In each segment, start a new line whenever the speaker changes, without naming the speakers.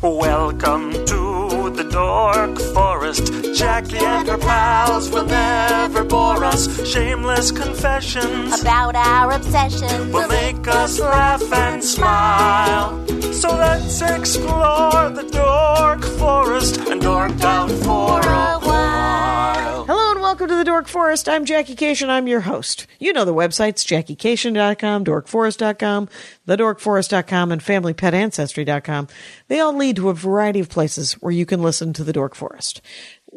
Welcome to the Dork Forest. Jackie and her pals will never bore us. Shameless confessions
about our obsession.
will make us laugh and smile. So let's explore the Dork Forest and dork out for a while.
Hello and welcome to the Dork Forest. I'm Jackie Cation. I'm your host. You know the websites jackiecation.com, dorkforest.com, thedorkforest.com, and familypetancestry.com. They all lead to a variety of places where you can listen to the Dork Forest.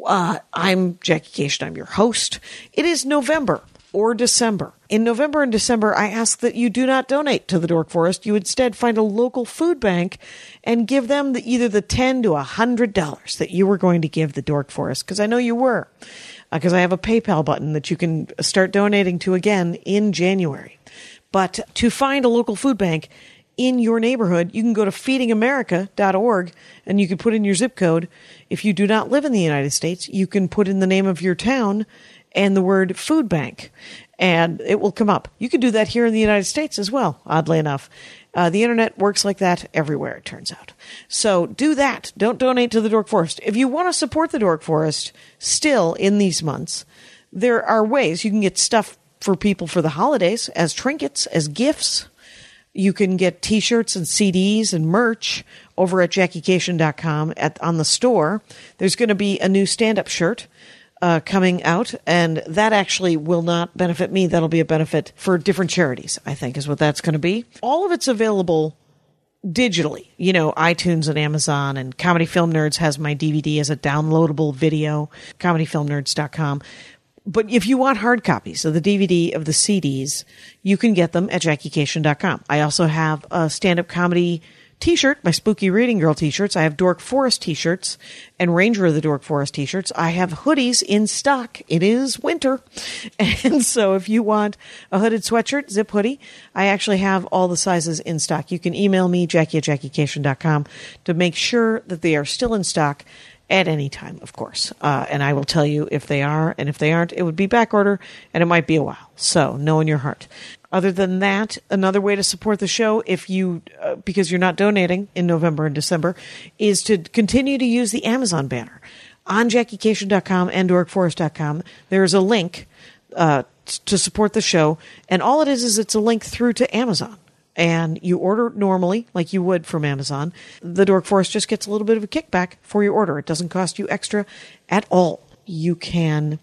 Uh, I'm Jackie Cation. I'm your host. It is November or December. In November and December, I ask that you do not donate to the Dork Forest. You instead find a local food bank and give them the, either the ten to a hundred dollars that you were going to give the Dork Forest, because I know you were, because I have a PayPal button that you can start donating to again in January. But to find a local food bank in your neighborhood, you can go to feedingamerica.org and you can put in your zip code. If you do not live in the United States, you can put in the name of your town and the word food bank, and it will come up. You can do that here in the United States as well, oddly enough. Uh, the internet works like that everywhere, it turns out. So do that. Don't donate to the Dork Forest. If you want to support the Dork Forest still in these months, there are ways you can get stuff for people for the holidays as trinkets, as gifts. You can get t-shirts and CDs and merch over at jackiecation.com at on the store. There's going to be a new stand-up shirt uh, coming out, and that actually will not benefit me. That'll be a benefit for different charities, I think, is what that's going to be. All of it's available digitally. You know, iTunes and Amazon and Comedy Film Nerds has my DVD as a downloadable video, comedyfilmnerds.com. But if you want hard copies of the DVD of the CDs, you can get them at jackiecation.com. I also have a stand up comedy t shirt, my spooky reading girl t shirts. I have Dork Forest t shirts and Ranger of the Dork Forest t shirts. I have hoodies in stock. It is winter. And so if you want a hooded sweatshirt, zip hoodie, I actually have all the sizes in stock. You can email me, Jackie at JackieCation.com, to make sure that they are still in stock at any time, of course. Uh, and I will tell you if they are, and if they aren't, it would be back order, and it might be a while. So know in your heart. Other than that, another way to support the show, if you uh, because you're not donating in November and December, is to continue to use the Amazon banner on JackieCation.com and DorkForest.com. There is a link uh, t- to support the show, and all it is is it's a link through to Amazon and you order normally, like you would from Amazon, the Dork Forest just gets a little bit of a kickback for your order. It doesn't cost you extra at all. You can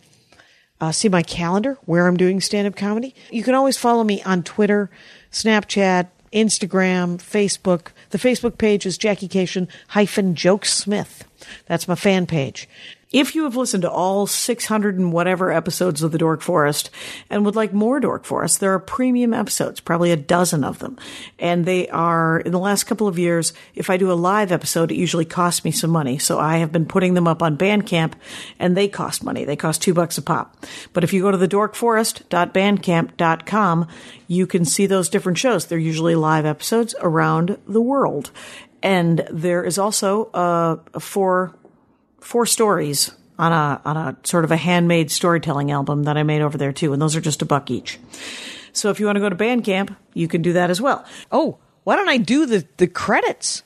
uh, see my calendar where I'm doing stand up comedy. You can always follow me on Twitter, Snapchat, Instagram, Facebook. The Facebook page is Jackie Cation hyphen Joke Smith. That's my fan page. If you have listened to all 600 and whatever episodes of The Dork Forest and would like more Dork Forest, there are premium episodes, probably a dozen of them. And they are, in the last couple of years, if I do a live episode, it usually costs me some money. So I have been putting them up on Bandcamp and they cost money. They cost two bucks a pop. But if you go to thedorkforest.bandcamp.com, you can see those different shows. They're usually live episodes around the world. And there is also uh, four four stories on a on a sort of a handmade storytelling album that I made over there too, and those are just a buck each. So if you want to go to Bandcamp, you can do that as well. Oh, why don't I do the the credits?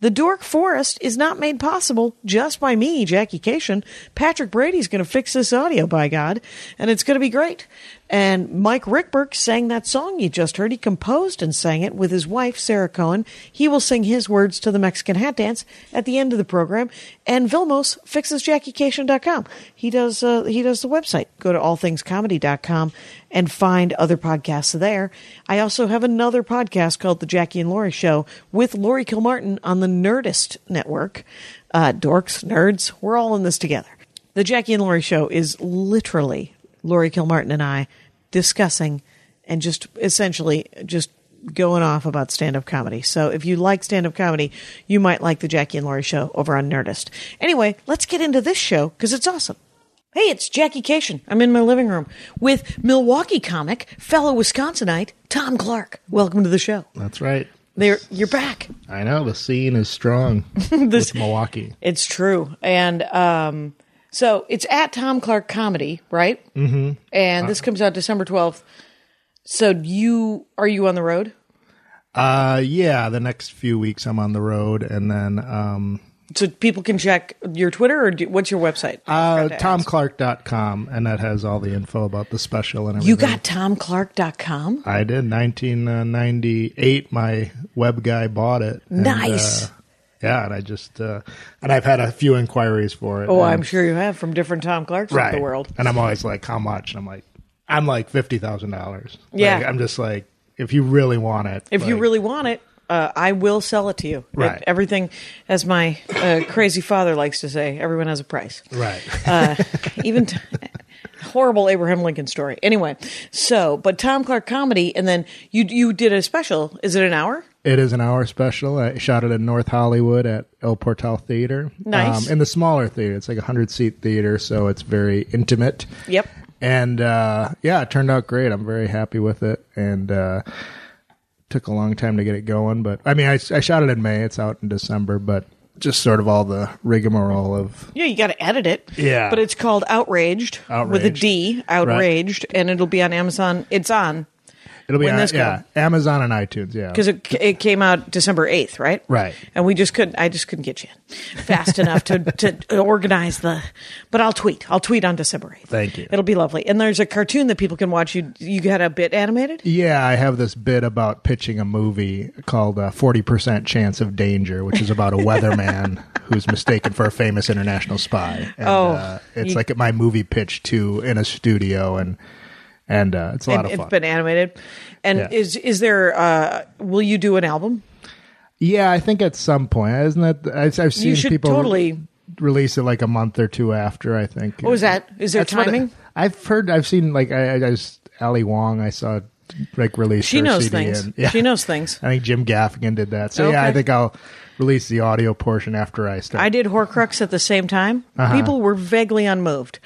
The Dork Forest is not made possible just by me, Jackie Cation. Patrick Brady's going to fix this audio, by God, and it's going to be great. And Mike Rickberg sang that song you just heard. He composed and sang it with his wife, Sarah Cohen. He will sing his words to the Mexican hat dance at the end of the program. And Vilmos fixes JackieCation.com. He does, uh, he does the website. Go to allthingscomedy.com and find other podcasts there. I also have another podcast called The Jackie and Laurie Show with Laurie Kilmartin on the Nerdist Network. Uh, dorks, nerds, we're all in this together. The Jackie and Laurie Show is literally Lori Kilmartin and I discussing and just essentially just going off about stand up comedy. So if you like stand up comedy, you might like the Jackie and Lori show over on Nerdist. Anyway, let's get into this show because it's awesome. Hey, it's Jackie Cation. I'm in my living room with Milwaukee comic, fellow Wisconsinite, Tom Clark. Welcome to the show.
That's right.
There, you're back.
I know the scene is strong with Milwaukee.
It's true. And um, so it's at Tom Clark Comedy, right? Mm-hmm.
Uh.
And this comes out December twelfth. So you are you on the road?
Uh, yeah, the next few weeks I'm on the road, and then um,
So people can check your Twitter or do, what's your website? I
uh,
forgot to ask.
TomClark.com, and that has all the info about the special and everything.
You got TomClark.com?
I did 1998. My web guy bought it. and,
Nice.
uh, yeah, and I just uh, and I've had a few inquiries for it.
Oh,
and-
I'm sure you have from different Tom Clarks of the world.
And I'm always like, how much? And I'm like, I'm like fifty thousand dollars.
Yeah.
I'm just like, if you really want it,
If you
like-
really want it, uh, I will sell it to you.
Right.
It- everything, as my uh, crazy father likes to say, everyone has a price.
right,
Uh, Even t- horrible Abraham Lincoln story. Anyway, so but Tom Clark comedy, and then you you did a special. Is it an hour?
it is an hour special. I shot it in North Hollywood at El Portal Theater. Um,
Nice.
in the smaller theater, it's like a hundred seat theater, so it's very intimate.
Yep.
And uh, yeah, it turned out great. I'm very happy with it, and uh, took a long time to get it going. But I mean, I, I shot it in May. It's out in December, but just sort of all the rigmarole of
Yeah, you got to edit it.
Yeah.
but it's called Outraged, with a
Outraged.
D, Outraged, and it'll be on Amazon. It's on
It'll be
When
on,
this
yeah, Amazon and iTunes. Yeah,
because it, it came out December eighth, right?
Right.
And we just couldn't. I just couldn't get you in fast enough to to organize the. But I'll tweet. I'll tweet on December eighth.
Thank you.
It'll be lovely. And there's a cartoon that people can watch. You you got a bit animated.
yeah, I have this bit about pitching a movie called uh, Forty Percent Chance of Danger," which is about a weatherman who's mistaken for a famous international spy. And,
Oh,
uh, it's
you-
like my movie pitch too in a studio, and and uh, it's a lot
and
of
it's
fun.
been animated. And
Yeah.
is is there? Uh, will you do an album?
yeah, I think at some point, isn't it? I, I've seen
You should
people
totally.
release it like a month or two after. I think.
What was that? Is there
That's what I-
timing?
I've heard. I've seen like I, I just Ali Wong. I saw like release.
She
her
knows
CD
things.
and- yeah.
She knows things.
I think Jim Gaffigan did that. So yeah,
Okay.
I think I'll release the audio portion after I start.
I did Horcrux at the same time.
Uh-huh.
People were vaguely unmoved.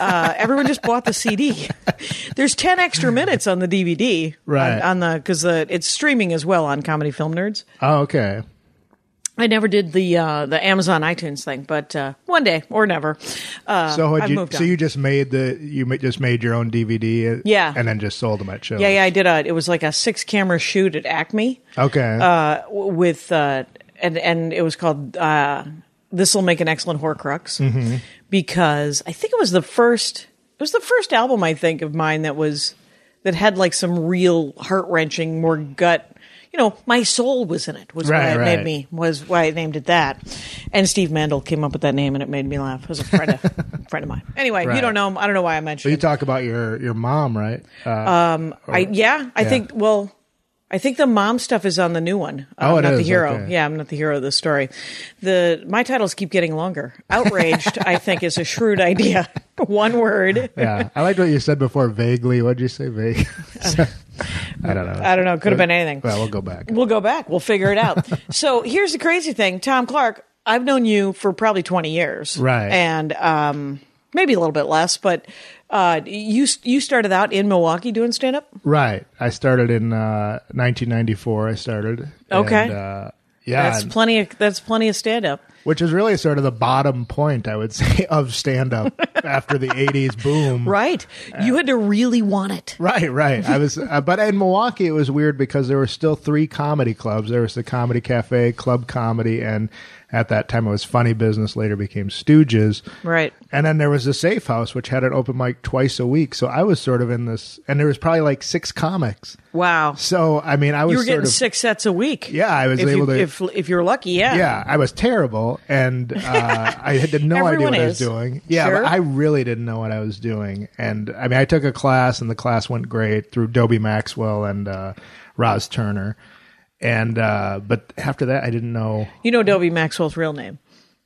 Uh, everyone just bought the CD. There's ten extra minutes on the DVD, On,
Right.
on the because the it's streaming as well on Comedy Film Nerds.
oh, okay.
I never did the uh, the Amazon iTunes thing, but uh, one day or never. Uh,
So had
I've
you,
moved
so
on.
you just made the you ma- just made your own DVD, uh,
Yeah.
and then just sold them at shows.
yeah, yeah, I did a. It was like a six camera shoot at Acme.
Okay.
uh, w- with uh, and and it was called uh, this will make an excellent Horcrux
Mm-hmm.
because I think it was the first it was the first album I think of mine that was that had like some real heart wrenching, more gut. You know, my soul was in it. Was why
Right,
it made
right.
me was why it named it that. And Steve Mandel came up with that name, and it made me laugh. It was a friend of friend of mine. Anyway, you
Right.
don't know him. I don't know why I mentioned.
so you
him.
talk about your your mom, right? Uh,
I yeah, I
Yeah.
think well, I think the mom stuff is on the new one.
Oh,
I'm
it
not the
is,
hero.
okay.
Yeah, I'm not the hero of this story. The my titles keep getting longer. Outraged, I think, is a shrewd idea. one word.
yeah, I liked what you said before. Vaguely, what did you say? Vague. I don't know.
I don't know. It could have been anything.
Well, we'll go back.
We'll go back. We'll figure it out. so here's the crazy thing, Tom Clark. I've known you for probably 20 years,
Right.
And um, maybe a little bit less, but uh, you you started out in Milwaukee doing stand
Uh,
up.
Right. I started in uh, 1994. I started.
Okay.
And, uh, yeah.
That's
and-
plenty. Of, that's plenty of stand up.
which is really sort of the bottom point, I would say, of stand up after the 80s boom.
Right. you had to really want it.
Right, right. I was, uh, but in Milwaukee, it was weird because there were still three comedy clubs. There was the Comedy Cafe, Club Comedy, and at that time it was Funny Business. Later became Stooges.
Right.
And then there was the Safe House, which had an open mic twice a week. So I was sort of in this, and there was probably like six comics.
Wow.
So I mean, I was
You were
sort
getting
of,
six sets a week.
Yeah, I was
if
able
you,
to-
If, if you're lucky, yeah.
yeah, I was terrible, and uh, I had no idea
Everyone
what I
is.
was doing. Yeah,
Sure.
but I really didn't know what I was doing, and I mean, I took a class, and the class went great through Dobie Maxwell and uh, Roz Turner, and uh, but after that, I didn't know.
You know Dobie Maxwell's real name,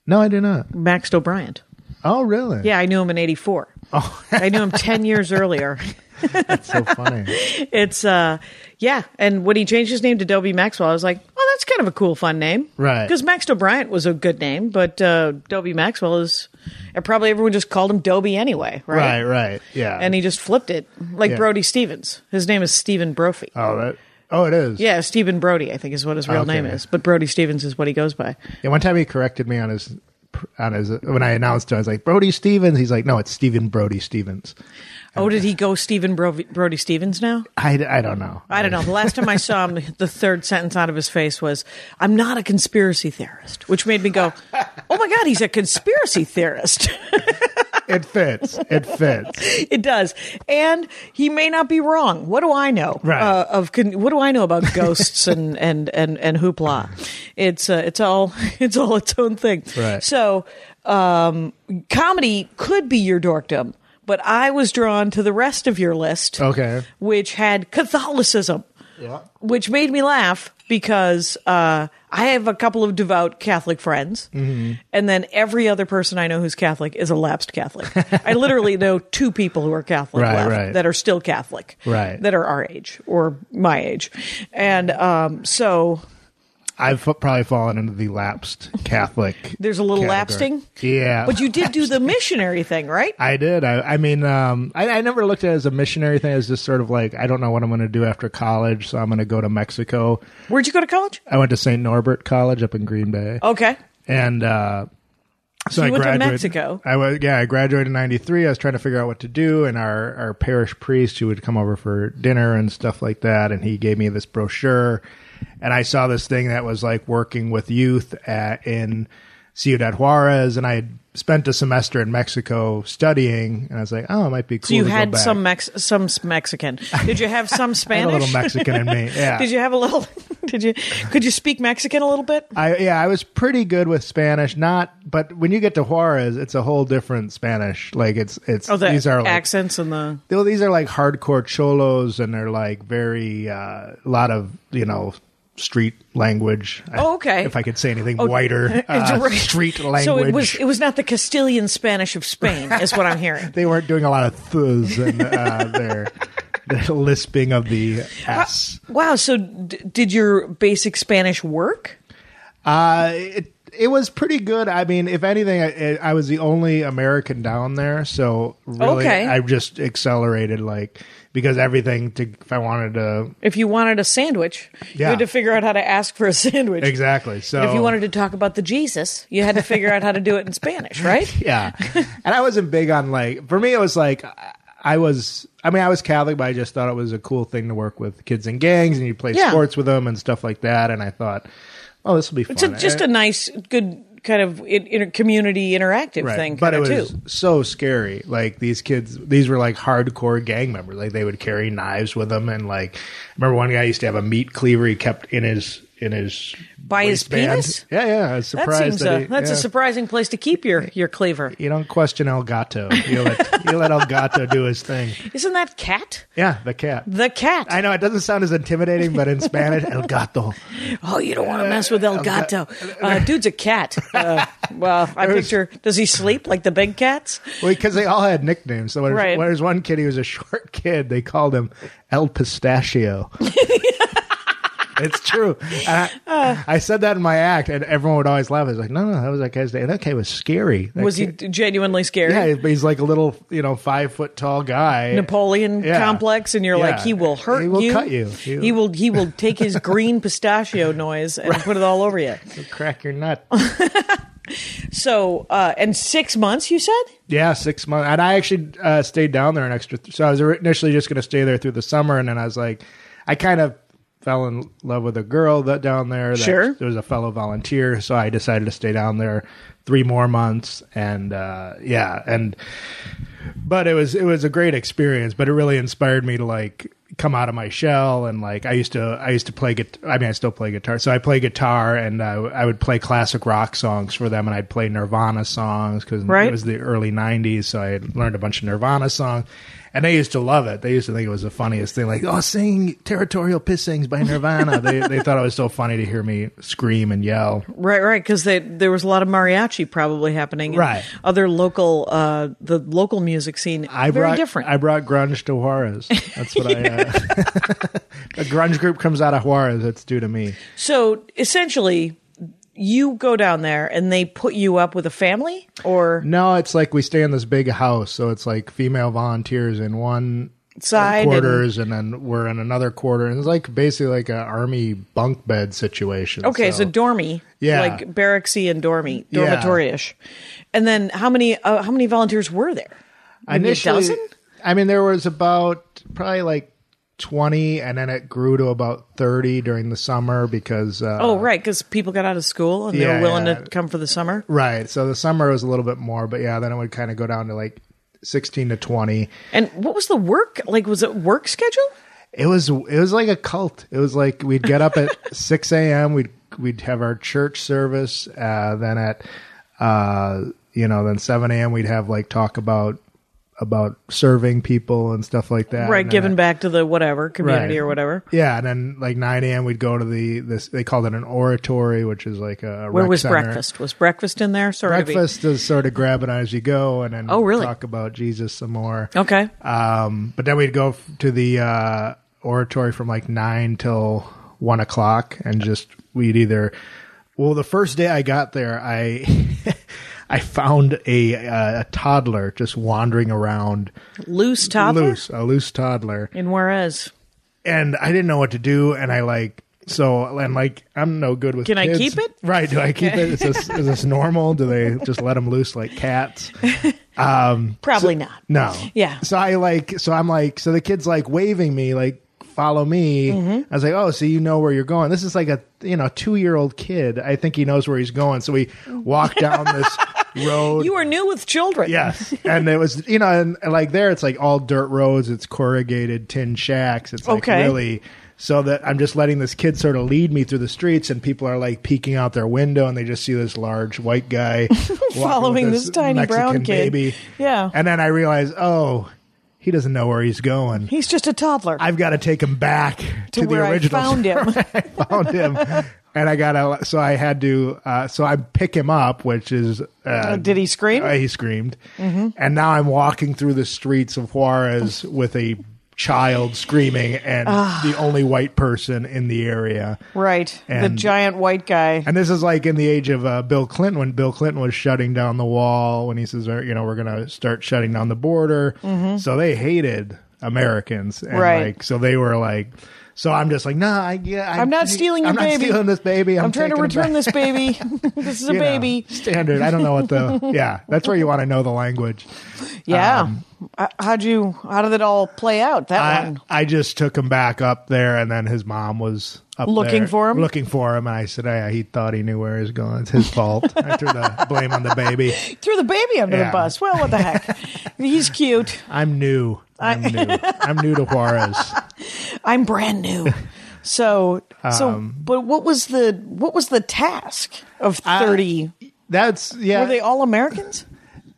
No, I did not.
Max O'Brien.
Oh, really?
Yeah, I knew him in '84. Oh. I knew him ten years earlier.
That's so funny.
It's uh, yeah. And when he changed his name to Dobie Maxwell, I was like, oh, that's kind of a cool, fun name,
Right.
Because Max O'Brien was a good name, but uh, Dobie Maxwell is, and probably everyone just called him Dobie anyway, right?
right, right. Yeah.
And he just flipped it, like
Yeah.
Brody Stevens. His name is Stephen Brophy.
oh, that. Oh, it is.
Yeah, Stephen Brody, I think is what his real
Okay.
name is, but Brody Stevens is what he goes by.
Yeah, one time he corrected me on his on his when I announced it. I was like Brody Stevens. He's like, no, it's Stephen Brody Stevens.
Oh, did he go Stephen Bro- Brody Stevens now?
I, I don't know.
I don't know. The last time I saw him, the third sentence out of his face was, I'm not a conspiracy theorist, which made me go, oh my God, he's a conspiracy theorist.
It fits. It fits.
it does. And he may not be wrong. What do I know?
Right.
Uh, of con- What do I know about ghosts and, and, and, and hoopla? It's, uh, it's, all, it's all its own thing.
Right.
So um, comedy could be your dorkdom, but I was drawn to the rest of your list
Okay.
which had Catholicism,
Yeah.
which made me laugh because uh, I have a couple of devout Catholic friends,
Mm-hmm.
and then every other person I know who's Catholic is a lapsed Catholic. I literally know two people who are Catholic
Right,
left
right.
that are still Catholic,
Right.
That are our age or my age, and um, so
I've f- probably fallen into the lapsed Catholic.
there's a little
category.
lapsing.
Yeah.
But you did do the missionary thing, right?
I did. I, I mean, um, I, I never looked at it as a missionary thing. It was just sort of like, I don't know what I'm going to do after college, so I'm going to go to Mexico.
Where'd you go to college?
I went to St. Norbert College up in Green Bay.
Okay.
And uh, so, I
you went to
graduated.
Mexico.
I was yeah, I graduated in '93. I was trying to figure out what to do, and our our parish priest who would come over for dinner and stuff like that, and he gave me this brochure, and I saw this thing that was like working with youth at, in Ciudad Juarez, and I had spent a semester in Mexico studying, and I was like, oh, it might be cool.
So you
to go
had
back.
some Mex- some Mexican. Did you have some
I had
Spanish?
a little Mexican in me. Yeah.
Did you have a little? Did you? Could you speak Mexican a little bit?
I yeah, I was pretty good with Spanish. Not, but when you get to Juarez, it's a whole different Spanish. Like it's it's
Oh, the
these are like
accents and the.
Well, these are like hardcore cholos, and they're like very a lot of you know street language.
Oh, okay. Oh,
If I could say anything whiter, uh,
Right.
street language.
So it was it was not the Castilian Spanish of Spain, is what I'm hearing.
they weren't doing a lot of ths and uh, their their lisping of the s.
Wow. So d- did your basic Spanish work?
Uh, it it was pretty good. I mean, if anything, I, I was the only American down there, so really,
Okay.
I just accelerated like because everything to if I wanted to
If you wanted a sandwich, you
Yeah. Oh.
had to figure out how to ask for a sandwich.
exactly. So
And if you wanted to talk about the Jesus, you had to figure out how to do it in Spanish, right?
yeah. and I wasn't big on like for me it was like I- I was I mean I was Catholic but I just thought it was a cool thing to work with kids in gangs and you play
Yeah.
sports with them and stuff like that and I thought oh this will be fun.
It's a, just a nice, good kind of in, in, community interactive
Right.
thing.
but it
kinda,
was
too.
so scary. Like these kids, these were like hardcore gang members. Like they would carry knives with them, and like remember one guy used to have a meat cleaver he kept in his in his
By his
waistband.
penis?
Yeah, yeah. I was
That
surprised
seems
that
a,
he-
that's a
yeah.
surprising place to keep your your cleaver.
You don't question El Gato. You let you let El Gato do his thing.
Isn't that cat?
Yeah, the cat.
The cat.
I know it doesn't sound as intimidating, but in Spanish, el gato.
oh, you don't want to mess with El Gato. Uh, dude's a cat. Uh, well, I
There's-
picture. Does he sleep like the big cats?
Because they all had nicknames. So when
Right.
when there's one kid, he was a short kid. They called him El Pistachio. it's true. And
Uh.
I, I said that in my act, and everyone would always laugh. I was like, no, no, that was that guy's name. That guy was scary. That
Was he
kid-
genuinely scared?
Yeah, but he's like a little, you know, five foot tall guy.
Napoleon
Yeah.
complex, and you're
Yeah.
like, he will hurt
He
you.
will cut you.
He,
He-
will. He will take his green pistachio noise and put it all over you.
Crack your nut.
So, uh, and six months, you said.
Yeah, six months. And I actually uh, stayed down there an extra. Th- so I was initially just going to stay there through the summer, and then I was like, I kind of fell in love with a girl that down there. That
Sure.
there was a fellow volunteer, so I decided to stay down there three more months, and uh, yeah, and but it was it was a great experience. But it really inspired me to like come out of my shell and like I used to I used to play guitar. I mean, I still play guitar. So I play guitar, and uh, I would play classic rock songs for them, and I'd play Nirvana songs because
Right.
it was the early '90s. So I had learned a bunch of Nirvana songs. And they used to love it. They used to think it was the funniest thing. Like, oh, sing "Territorial Pissings" by Nirvana. they they thought it was so funny to hear me scream and yell.
Right, right, because there was a lot of mariachi probably happening. and
Right.
other local, uh, the local music scene,
I
very
brought,
different.
I brought grunge to Juarez. That's what I. Uh, a grunge group comes out of Juarez. It's due to me.
so essentially, you go down there and they put you up with a family, or
No, it's like we stay in this big house, so it's like female volunteers in one
Side and-
quarters, and, then we're in another quarter, and it's like basically like an army bunk bed situation.
okay, so, dormy,
Yeah.
like barracksy and dormy,
Yeah.
dormitory ish. And then how many uh, how many volunteers were there? Maybe a dozen?
I mean, there was about probably like 20, and then it grew to about 30 during the summer because. Uh,
Oh, right, because people got out of school and they
Yeah,
were willing
yeah.
to come for the summer.
Right. So the summer was a little bit more, but yeah, then it would kind of go down to like 16 to 20.
And what was the work like? Was it work schedule?
It was it was like a cult. It was like we'd get up at 6 a.m. We'd we'd have our church service. Uh, then at uh, you know then 7 a.m. we'd have like talk about about serving people and stuff like that.
right,
And then
giving
at-
back to the whatever community
Right.
or whatever.
Yeah, and then like 9 a.m. we'd go to the this they called it an oratory, which is like a a
Where
rec
was
center.
breakfast? Was breakfast in there? Sorry, to be-
Breakfast is sort of grab it as you go, and then
Oh, really?
talk about Jesus some more.
Okay.
Um, but then we'd go f- to the uh, oratory from like nine till one o'clock, and just we'd either. Well, the first day I got there, I I found a uh, a toddler just wandering around,
Loose toddler
loose, a loose toddler,
in Juarez.
and I didn't know what to do, and I like. So and like I'm no good with.
Can I
kids.
keep it?
Right? Do I keep it? Is this, is this normal? Do they just let them loose like cats?
Probably not.
No.
Yeah.
So I like, so I'm like, so the kid's like waving me, like, follow me.
Mm-hmm.
I was like, oh, so you know where you're going. This is like a, you know, two year old kid. I think he knows where he's going. So we walk down this road.
You are new with children.
Yes. And it was, you know, and, and like there, it's like all dirt roads, it's corrugated tin shacks. It's like
Okay.
really. So that I'm just letting this kid sort of lead me through the streets, and people are like peeking out their window, and they just see this large white guy walking with
Following this tiny
Mexican
brown kid.
baby.
Yeah.
and then I realize, oh, he doesn't know where he's going.
He's just a toddler.
I've got to take him back to,
to where
the original.
I found him.
I found him, and I got to. So I had to. Uh, so I pick him up, which is. Uh,
Did he scream? Mm-hmm.
uh, he screamed. And now I'm walking through the streets of Juarez with a child screaming and
Ah.
the only white person in the area.
right. The
And-
giant white guy.
And this is like in the age of uh, Bill Clinton when Bill Clinton was shutting down the wall when he says, uh, you know, we're going to start shutting down the border. So they hated Americans. And
Mm-hmm. Right.
Like, so they were like, so I'm just like, nah, I, yeah, I,
I'm not stealing your
I'm
baby.
not stealing this baby. I'm,
I'm, trying to
taking it
return
back."
this baby. this is a
You know, Um,
baby.
standard. I don't know what the yeah. That's where you want to know the language.
Yeah. Uh, how'd you? How did it all play out? That
I,
one.
I just took him back up there, and then his mom was up
Looking
there-
for him?
looking for him. And I said, "Yeah, he thought he knew where he was going. It's his fault." I threw the blame on the baby.
Threw the baby under the
Yeah.
bus. Well, what the heck? He's cute.
I'm new. I'm new. I'm new to Juarez.
I'm brand new. So, so,
Um,
but what was the what was the task of thirty?
That's yeah.
Were they
They,
all Americans?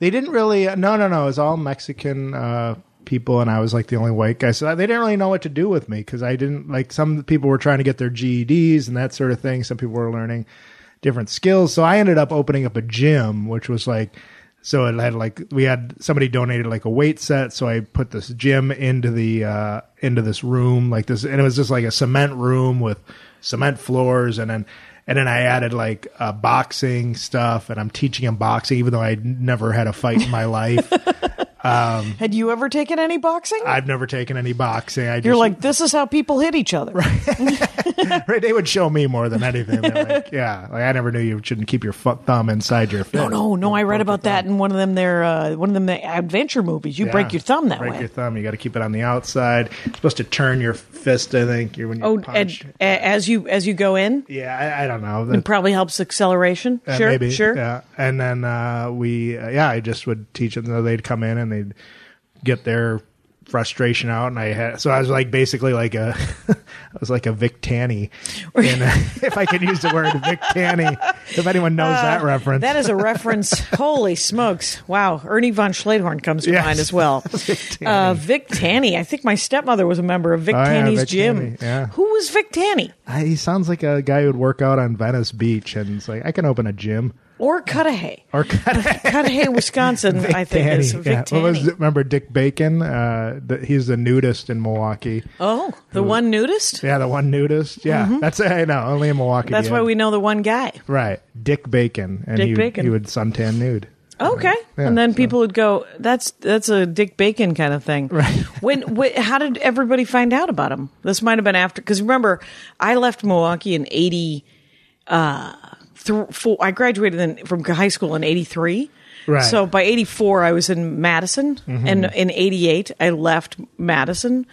didn't really. No, no, no. It was all Mexican uh, people, and I was like the only white guy. So they didn't really know what to do with me because I didn't like. Some people were trying to get their GEDs and that sort of thing. Some people were learning different skills. So I ended up opening up a gym, which was like. So it had like we had somebody donated like a weight set, so I put this gym into the uh, into this room like this, and it was just like a cement room with cement floors, and then and then I added like uh, boxing stuff, and I'm teaching him boxing, even though I never had a fight in my life.
Had you ever taken any boxing?
I've never taken any boxing. I just,
You're like, this is how people hit each other.
they would show me more than anything. They're like, yeah, like I never knew you shouldn't keep your fu- thumb inside your.
No, no, no. I read about that in one of them. Their uh, one of them their adventure movies. You break
Yeah.
your thumb that
break
way.
your thumb. You got to keep it on the outside. You're supposed to turn your fist. I think you're when you
oh,
punch.
and, a- as you as you go in,
yeah, I, I don't know. That-
probably helps acceleration.
uh,
sure,
maybe,
sure.
Yeah, and then uh, we, uh, yeah, I just would teach them. So they'd come in and they'd get their frustration out, and I had. So I was like basically like a, I was like a Vic Tanny, and, uh, if I can use the word Vic Tanny, if anyone knows that reference.
Uh, That is a reference. Holy smokes. Wow. Ernie von Schladhorn comes to
Yes.
mind as well. Uh, Vic Tanny. I think my stepmother was a member of Vic
Oh, yeah,
Tanny's
Vic
gym.
Tanny, yeah.
Who was Vic Tanny?
I, he sounds like a guy who'd work out on Venice Beach, and it's like I can open a gym.
Or Cudahy.
Or
Cudahy, Wisconsin, I think
Tanny,
is Vic
yeah. What
Tanny.
was it? remember Dick Bacon? Uh, the, he's the nudist in Milwaukee.
Oh, the one nudist?
Yeah, the one nudist. Yeah, that's I know. Only in Milwaukee.
Mm-hmm. That's
do you
why
have-
we know the one guy.
Right. Dick Bacon. And
Dick
he,
Bacon.
He would suntan nude.
Okay,
Yeah,
and then
so-
people would go, "That's that's a Dick Bacon kind of thing." Right. When, wh- how did everybody find out about him? This might have been after because remember, I left Milwaukee in eighty th- uh, four, I graduated in, from high school in 83.
Right. Mm-hmm.
So by 84, I was in Madison. And in 88, I left Madison.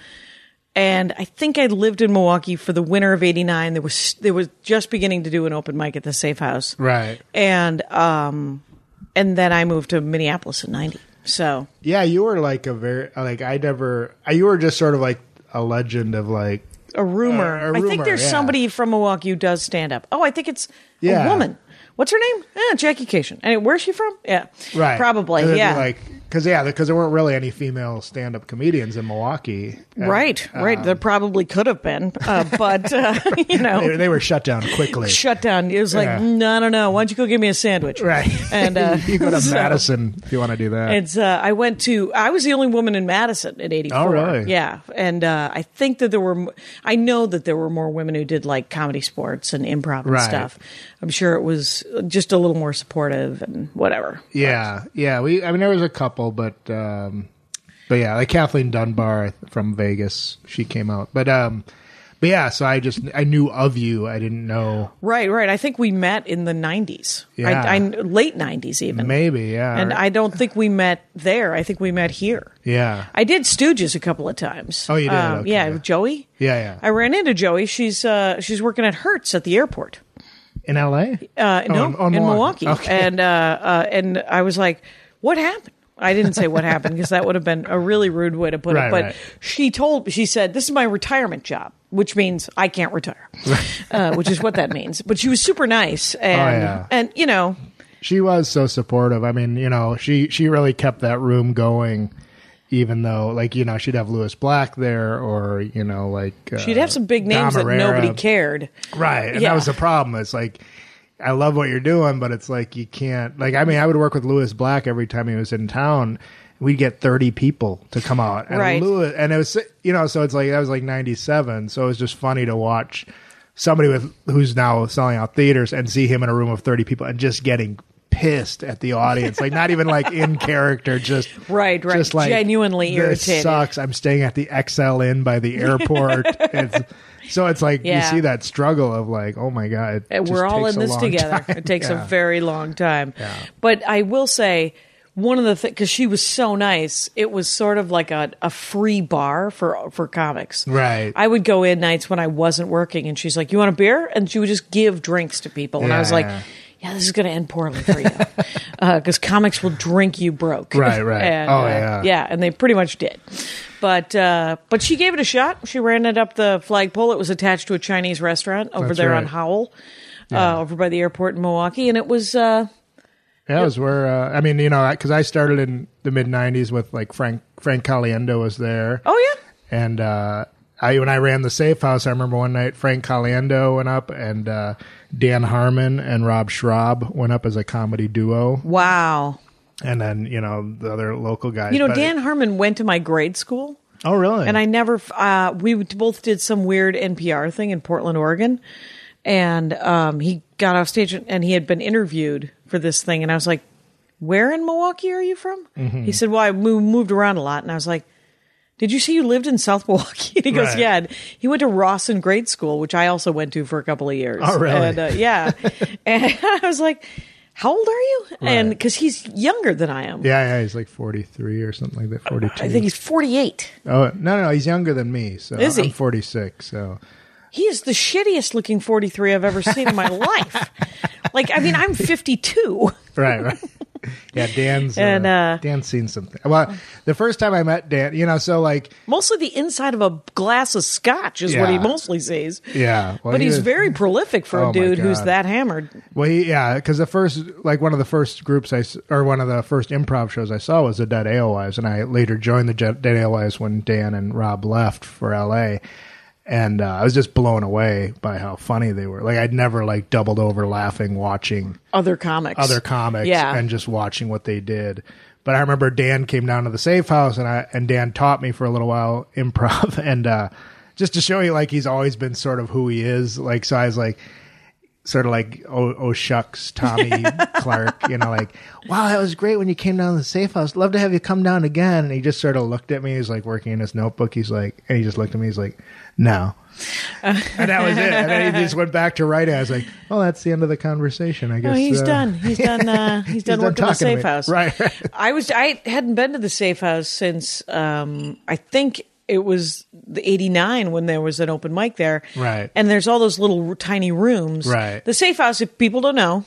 And I think I lived in Milwaukee for the winter of 89. There was, there was just beginning to do an open mic at the Safe House.
Right.
And, um, and then I moved to Minneapolis in 90. So
Yeah, you were like a very like I never. You were just sort of like a legend of like.
a rumor.
Uh, A-
I
a rumor,
think there's
yeah.
somebody from Milwaukee who does stand up. Oh, I think it's
Yeah.
a woman. What's her name? Eh, Jackie Cation. And where's she from? Yeah,
Right.
probably.
And then,
yeah,
Uh, Like because yeah, because there weren't really any female stand-up comedians in Milwaukee. And,
right, right. There probably could have been, uh, but uh, you
Um, They,
know,
they were shut down quickly.
shut down. It was like,
Yeah.
no, no, no. Why don't you go give me a sandwich?
right.
And uh,
you go to
so-
Madison if you want to do that.
It's uh, I went to I was the only woman in Madison in '84.
Oh, really?
Yeah, and uh, I think that there were m- I know that there were more women who did like comedy, sports, and improv and
Right.
stuff. I'm sure it was just a little more supportive and whatever.
yeah, yeah. We I mean there was a couple, but um, but yeah, like Kathleen Dunbar from Vegas, she came out, but um, but yeah. So I just I knew of you. I didn't know
Right, right. I think we met in the '90s.
Yeah.
I, I, late '90s even.
maybe yeah
And I don't think we met there. I think we met here.
yeah
I did Stooges a couple of times. Um,
Oh, you did? Okay.
Yeah, Joey.
Yeah, yeah.
I ran into Joey. She's uh, she's working at Hertz at the airport.
in L.A.
Uh,
Oh,
no,
in- on
in
Milwaukee.
Milwaukee.
Okay.
And uh, uh, and I was like, what happened? I didn't say what happened because that would have been a really rude way to put
Right,
it. But
right.
she told, she said, this is my retirement job, which means I can't retire, uh, which is what that means. But she was super nice, and
Oh, yeah.
and you know,
she was so supportive. I mean, you know, she she really kept that room going, even though like you know she'd have Lewis Black there, or you know like uh,
she'd have some big names
Dom
that nobody
Herrera.
cared.
Right, and
Yeah.
that was the problem. It's like. I love what you're doing, but it's like you can't. Like, I mean, I would work with Lewis Black every time he was in town. We'd get 30 people to come out, and
Right.
Lewis, and it was you know, so it's like that was like 97. So it was just funny to watch somebody with who's now selling out theaters and see him in a room of 30 people and just getting pissed at the audience, like not even like in character, just
Right, right.
just like
Genuinely
"This
irritated."
Sucks. I'm staying at the XL Inn by the airport. it's, so it's like
Yeah.
you see that struggle of like, oh my god, it
And
just
we're all
takes
in
a
this
long
together.
time.
It takes
Yeah.
a very long time. But I will say, one of the things, because she was so nice, it was sort of like a, a free bar for for comics.
Right.
I would go in nights when I wasn't working, and she's like, You want a beer? And she would just give drinks to people. And I
Yeah,
was like,
yeah.
yeah, this is going to end poorly for you because comics will drink you broke.
Right, right.
And,
Oh,
uh,
yeah.
yeah, and they pretty much did. But uh, but she gave it a shot. She ran it up the flagpole. It was attached to a Chinese restaurant over
That's
there on
right.
Howell, uh, over by the airport in Milwaukee, and it was uh,
That was where uh, I mean, you know, because I started in the mid '90s with like Frank Frank Caliendo was there.
oh yeah,
And uh, I when I ran the safe house, I remember one night Frank Caliendo went up and uh, Dan Harmon and Rob Schraub went up as a comedy duo,
wow.
and then you know the other local guys.
You know,
But it-
Dan Harmon went to my grade school.
oh, really?
And I never, f- uh, we would- both did some weird NPR thing in Portland, Oregon. And um, he got off stage and- and he had been interviewed for this thing. And I was like, Where in Milwaukee are you from?
Mm-hmm.
He said, Well, I mo- moved around a lot. And I was like, Did you see you lived in South Milwaukee? And he goes,
Right.
Yeah. And he went to Rawson Grade School, which I also went to for a couple of years.
Oh, really?
And, uh, yeah. and I was like, how old are you? And because he's younger than I am.
yeah, yeah, he's like 43 or something like that. 42.
I think he's 48.
Oh no, no, he's younger than me. So
Is he?
I'm 46. So
He is the shittiest looking 43 I've ever seen in my life. Like, I mean, I'm 52.
right, right. yeah, Dan's uh,
And, uh,
Dan's seen something. Well, the first time I met Dan, you know, so like
Mostly the inside of a glass of scotch is what he
Yeah.
mostly sees.
yeah, well,
but
he
he's
was-
very prolific for
Oh,
a
my
dude who's
God.
that hammered.
well, he, yeah, because the first like one of the first groups I s- or one of the first improv shows I saw was the Dead Alewives, and I later joined the Je- Dead Alewives when Dan and Rob left for L.A. And uh, I was just blown away by how funny they were. Like I'd never like doubled over laughing watching
Other comics.
other comics
Yeah.
and just watching what they did. But I remember Dan came down to the safe house and I and Dan taught me for a little while improv and uh just to show you like he's always been sort of who he is. Like so I was like sort of like oh, oh shucks Tommy Clark, you know, like wow that was great when you came down to the safe house. Love to have you come down again. And he just sort of looked at me, he's like working in his notebook, he's like and he just looked at me, he's like, No. and that was it. And then he just went back to right. I was like, well, that's the end of the conversation. I guess
No, Oh, he's
uh,
done. He's done. Uh, he's done
done
working the
talking to
safe
me.
house.
Right.
I was. I hadn't been to the safe house since um, I think it was the '89 when there was an open mic there.
Right.
And there's all those little r- tiny rooms.
Right.
The safe house, if people don't know,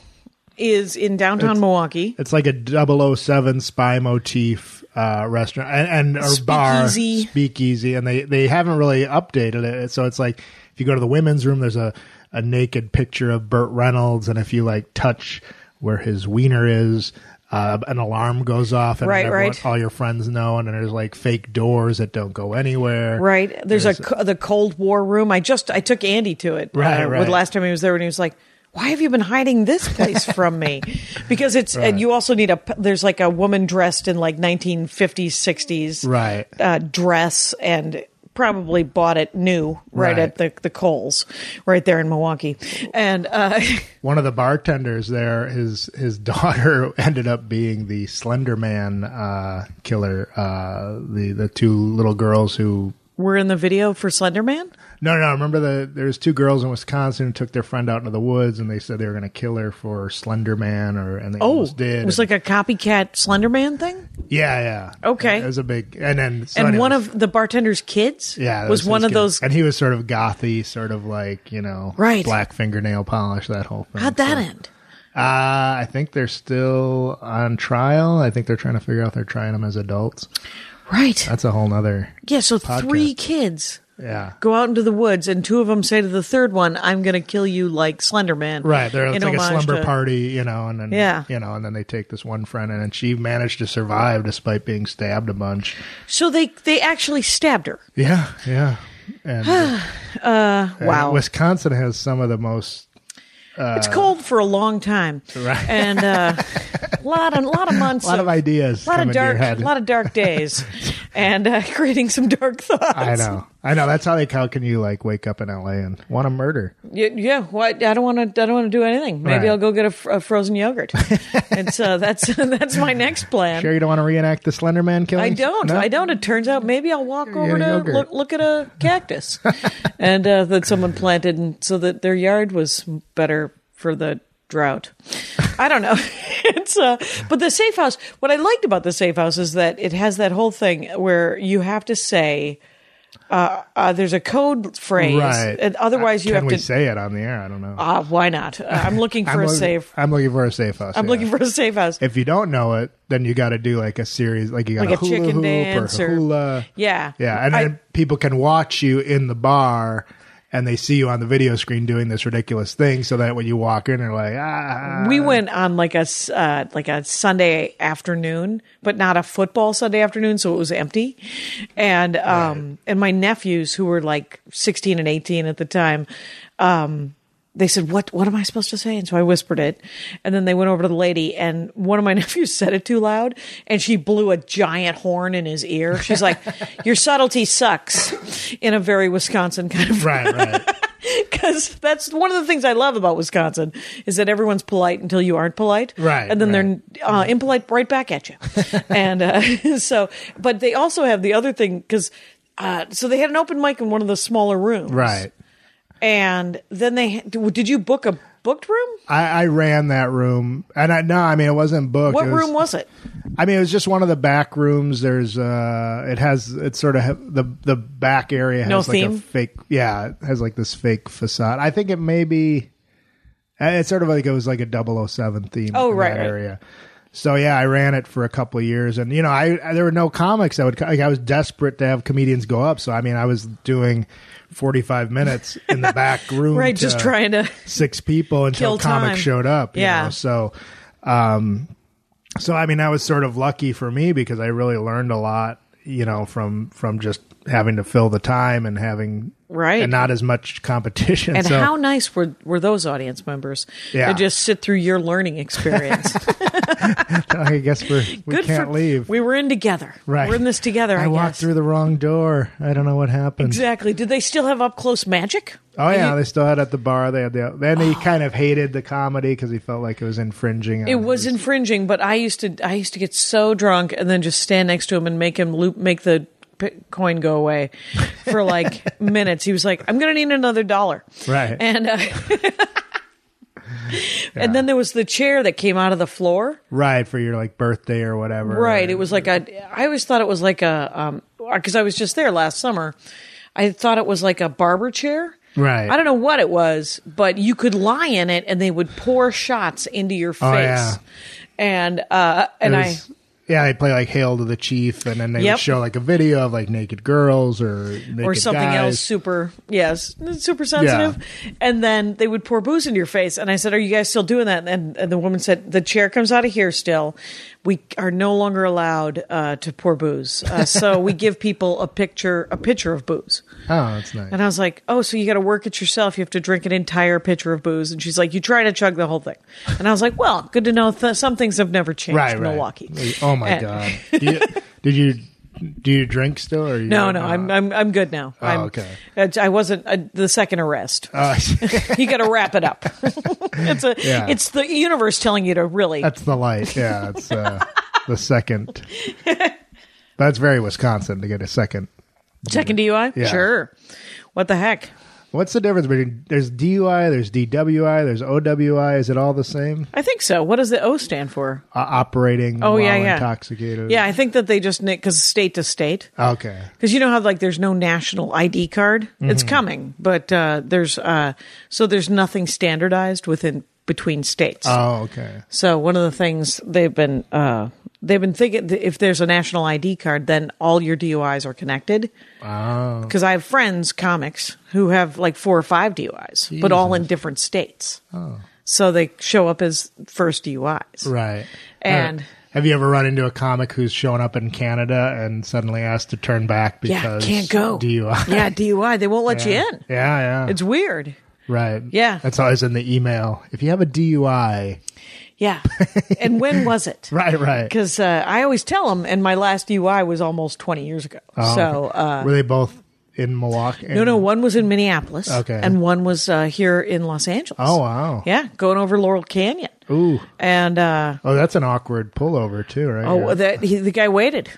is in downtown Milwaukee.
It's like a 007 spy motif uh, restaurant and, and or bar
Speakeasy.
speakeasy, and they they haven't really updated it. So it's like if you go to the women's room, there's a a naked picture of Burt Reynolds, and if you like touch where his wiener is. Uh, an alarm goes off, and
Right,
everyone-
right.
all your friends know. And then there's like fake doors that don't go anywhere.
Right. There's, a, co- the Cold War room. I just I took Andy to it.
Right,
uh,
right.
With last time he was there, and he was like. Why have you been hiding this place from me? Because it's and you also need a p- there's like a woman dressed in like 1950s 60s
Right.
uh, dress and probably bought it new right,
Right.
at the the Coles right there in Milwaukee and uh,
one of the bartenders there his his daughter ended up being the slender man uh killer uh the the two little girls who
we're in the video for Slender Man.
no no remember the there's two girls in wisconsin who took their friend out into the woods and they said they were going to kill her for slender man or and they
Oh,
almost did
it was like a copycat Slender Man thing.
yeah yeah
Okay.
it was a big and then so
and one
anyways,
of the bartender's kids
yeah that
was,
his
one of
kid.
those.
and he was sort of gothy sort of like you know
Right.
black fingernail polish that whole thing
How'd that
So-
end?
Uh, I think they're still on trial. I think they're trying to figure out if they're trying them as adults.
Right.
That's a whole nother.
yeah. So three
Uh, podcast.
kids
Yeah.
go out into the woods, and two of them say to the third one, "I'm going to kill you like Slender Man."
Right. They're
in
it's like a
homage
slumber
to-
party, you know, and then,
Yeah.
you know, and then they take this one friend in, and she managed to survive despite being stabbed a bunch.
So they they actually stabbed her.
Yeah. Yeah. And, and
wow.
Wisconsin has some of the most,
It's cold for a long time,
Right.
And uh, a lot of lot of months,
a lot of ideas.
a lot
come
of
into your
dark,
head.
a lot of dark days, and uh, creating some dark thoughts.
I know. I know. That's how they, how can you like wake up in LA and want to murder?
Yeah, yeah well, I I don't want to. I don't want to do anything. Maybe
Right.
I'll go get a, fr- a frozen yogurt. and so that's that's my next plan.
Sure. You don't want to reenact the Slender Man killing?
I don't. I don't. It turns out maybe I'll walk over
yeah,
to
yogurt.
look, look at a cactus, and uh, that someone planted, and so that their yard was better for the drought. I don't know. it's uh, but the safe house. What I liked about the safe house is that it has that whole thing where you have to say. Uh, uh, there's a code phrase,
Right. Uh,
and otherwise you
Can
have
we
to.
say it on the air? I don't know.
Ah, why not? Uh, I'm looking for a
looking,
safe.
I'm looking for a safe house.
I'm looking for a safe house.
If you don't know it, then you got to do like a series, like you got
Like a
a hula
chicken
hoop
dance
or
or-
hula.
yeah,
yeah, and
I-
then people can watch you in the bar, and they see you on the video screen doing this ridiculous thing. So that when you walk in, they're like, ah,
we went on like a s- uh, like a Sunday afternoon, but not a football Sunday afternoon, so it was empty. And um and my nephews who were like 16 and 18 at the time, um they said, "What what am I supposed to say?" And so I whispered it. And then they went over to the lady and one of my nephews said it too loud and she blew a giant horn in his ear. She's like, "Your subtlety sucks." In a very Wisconsin kind of
right, right.
because that's one of the things I love about Wisconsin is that everyone's polite until you aren't polite,
Right,
And then they're uh, impolite right back at you, and uh, so. But they also have the other thing because uh, so they had an open mic in one of the smaller rooms,
right.
And then they did you book a booked room?
I, I ran that room, and I no, I mean it wasn't booked.
What
It was-
room was it?
I mean, it was just one of the back rooms. There's uh, it has it sort of ha- the the back area has
No
like a
theme?
fake, yeah, it has like this fake facade. I think it may be. uh, It's sort of like it was like a 007 theme.
Oh,
in
right,
that
right.
area. So yeah, I ran it for a couple of years, and you know, I, I there were no comics that would co- like I was desperate to have comedians go up. So I mean, I was doing forty five minutes in the back room,
Right, just
to-
trying to
six people until
Kill
comics
time.
showed up. you
Yeah.
know, So, um, so I mean, that was sort of lucky for me because I really learned a lot, you know, from from just having to fill the time and having
Right.
and not as much competition.
And
so,
how nice were were those audience members
Yeah.
to just sit through your learning experience?
I guess we're, we
Good
can't
for,
leave.
We were in together.
right.
We're in this together. I,
walked
guess.
through the wrong door. I don't know what happened.
Exactly. Did they still have up close magic?
Oh yeah, they still had it at the bar. They had the. Then he kind of hated the comedy because he felt like it was infringing. On
Oh. It was infringing, but I used to I used to get so drunk and then just stand next to him and make him loop make the coin go away for like minutes. He was like, I'm going to need another dollar.
Right.
And, uh, and then there was the chair that came out of the floor.
right for your like birthday or whatever.
Right. It was like a. I always thought it was like a. Um, because I was just there last summer, I thought it was like a barber chair.
Right.
I don't know what it was, but you could lie in it, and they would pour shots into your face.
Oh, yeah.
And uh, and
It
I
was- yeah, they play like "Hail to the Chief," and then they
Yep.
would show like a video of like naked girls or naked
or something
guys.
else super yes super sensitive and then they would pour booze into your face and i said are you guys still doing that and, and the woman said the chair comes out of here still we are no longer allowed uh, to pour booze uh, so we give people a picture a pitcher of booze
Oh, that's nice.
and i was like oh so you got to work it yourself you have to drink an entire pitcher of booze and she's like you try to chug the whole thing and i was like well good to know th- some things have never changed
right,
in
right.
milwaukee
Oh my
And-
god. Do you, did you do you drink still? Or you
no,
don't
no,
know?
I'm I'm I'm good now.
uh, Oh,
I'm,
okay. Uh,
I- I wasn't uh, the second arrest. you got to wrap it up. it's a,
Yeah.
it's the universe telling you to really.
That's the light. Yeah, it's uh, the second. That's very Wisconsin to get a second.
Second DUI,
Yeah.
sure. What the heck?
What's the difference between there's DUI, there's DWI, there's OWI? Is it all the same?
I think so. What does the O stand for?
Uh, operating
Oh
while
yeah, yeah.
intoxicated.
Yeah, I think that they just because state to state.
Okay.
Because you know how like there's no national ID card.
Mm-hmm.
It's coming, but uh, there's uh, so there's nothing standardized within between states.
Oh, okay.
So one of the things they've been uh, they've been thinking that if there's a national ID card, then all your DUIs are connected.
Oh,
Because I have friends, comics, who have like four or five DUIs, but all in different states. Oh. So they show up as first DUIs.
right.
And-
Uh, have you ever run into a comic who's shown up in Canada and suddenly asked to turn back
Yeah,
because
can't go.
DUI?
Yeah, DUI. They won't let you in.
Yeah, yeah.
It's weird.
right.
Yeah.
That's always in the email. If you have a DUI,
Yeah. and when was it?
right, right.
Because uh, I always tell them, and my last DUI was almost 20 years ago.
Oh,
so uh,
Were they both in Milwaukee?
No, no. One was in Minneapolis.
Okay.
And one was uh, here in Los Angeles.
Oh, wow.
Yeah, going over Laurel Canyon.
Ooh.
And uh,
Oh, that's an awkward pullover too, right?
oh,
Yeah.
that he, the guy waited.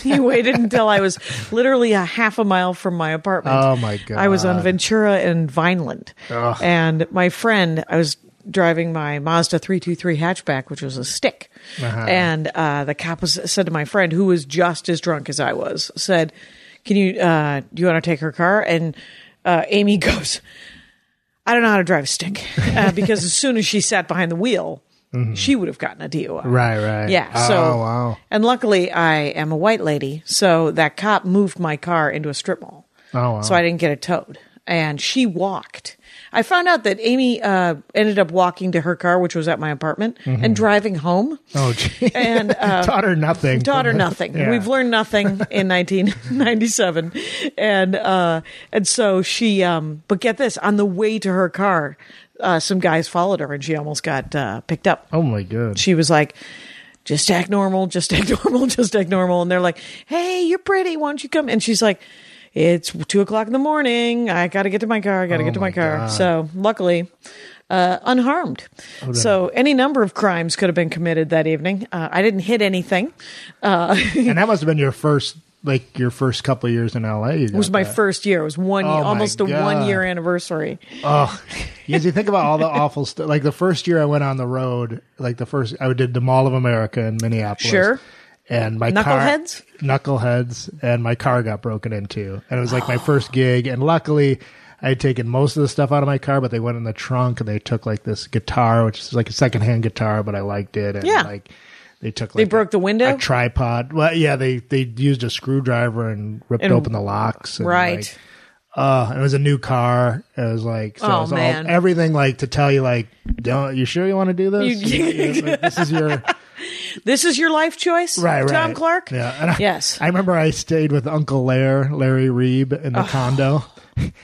he waited until I was literally a half a mile from my apartment.
Oh, my
I was on
God.
Ventura and Vineland,
Ugh.
and my friend, I was driving my Mazda three two three hatchback, which was a stick,
Uh-huh.
and uh, the cop was said to my friend, who was just as drunk as I was, said, "Can you uh, do you want to take her car?" And uh, Amy goes. I don't know how to drive a stick uh, because as soon as she sat behind the wheel, she would have gotten a DUI.
Mm-hmm. Right, right.
Yeah.
Oh,
So,
wow.
And luckily, I am a white lady, so that cop moved my car into a strip mall.
Oh, wow.
So I didn't get it towed, and she walked. I found out that Amy uh, ended up walking to her car, which was at my apartment, and driving home.
Mm-hmm. Oh, gee.
And uh,
taught her nothing.
Taught her nothing.
Yeah.
We've learned nothing in 1997, and uh, and so she. Um, but get this: on the way to her car, uh, some guys followed her, and she almost got uh, picked up.
Oh my god.
She was like, "Just act normal, just act normal, just act normal." And they're like, "Hey, you're pretty. Why don't you come?" And she's like. It's two o'clock in the morning. I got to get to my car. I got to
Oh
get to my,
my
car.
God. Oh,
So, luckily, uh, unharmed. so, any number of crimes could have been committed that evening. Uh, I didn't hit anything. Uh,
and that must have been your first, like your first couple of years in LA. You
It was my first year. It was one
Oh,
year,
my
almost a
God.
one year anniversary.
Oh, yes. You think about all the awful stuff. Like the first year I went on the road, like the first I did the Mall of America in Minneapolis.
Sure.
And my car-
Knuckleheads?
knuckleheads, and my car got broken into, and it was like
Oh.
my first gig. And luckily, I had taken most of the stuff out of my car, but they went in the trunk and they took like this guitar, which is like a secondhand guitar, but I liked it. And
Yeah.
like they took like
They broke the window?
a tripod. Well, yeah, they they used a screwdriver and ripped
And-
open the locks. And,
Right.
like, uh, it was a new car. It was like so
Oh,
it was
man.
All, everything like to tell you like, don't you sure you want to do this?
You-
Like, this is your
This is your life choice,
right, right.
Tom Clark.
Yeah. And I,
Yes.
I remember I stayed with Uncle Lair, Larry Reeb, in the condo.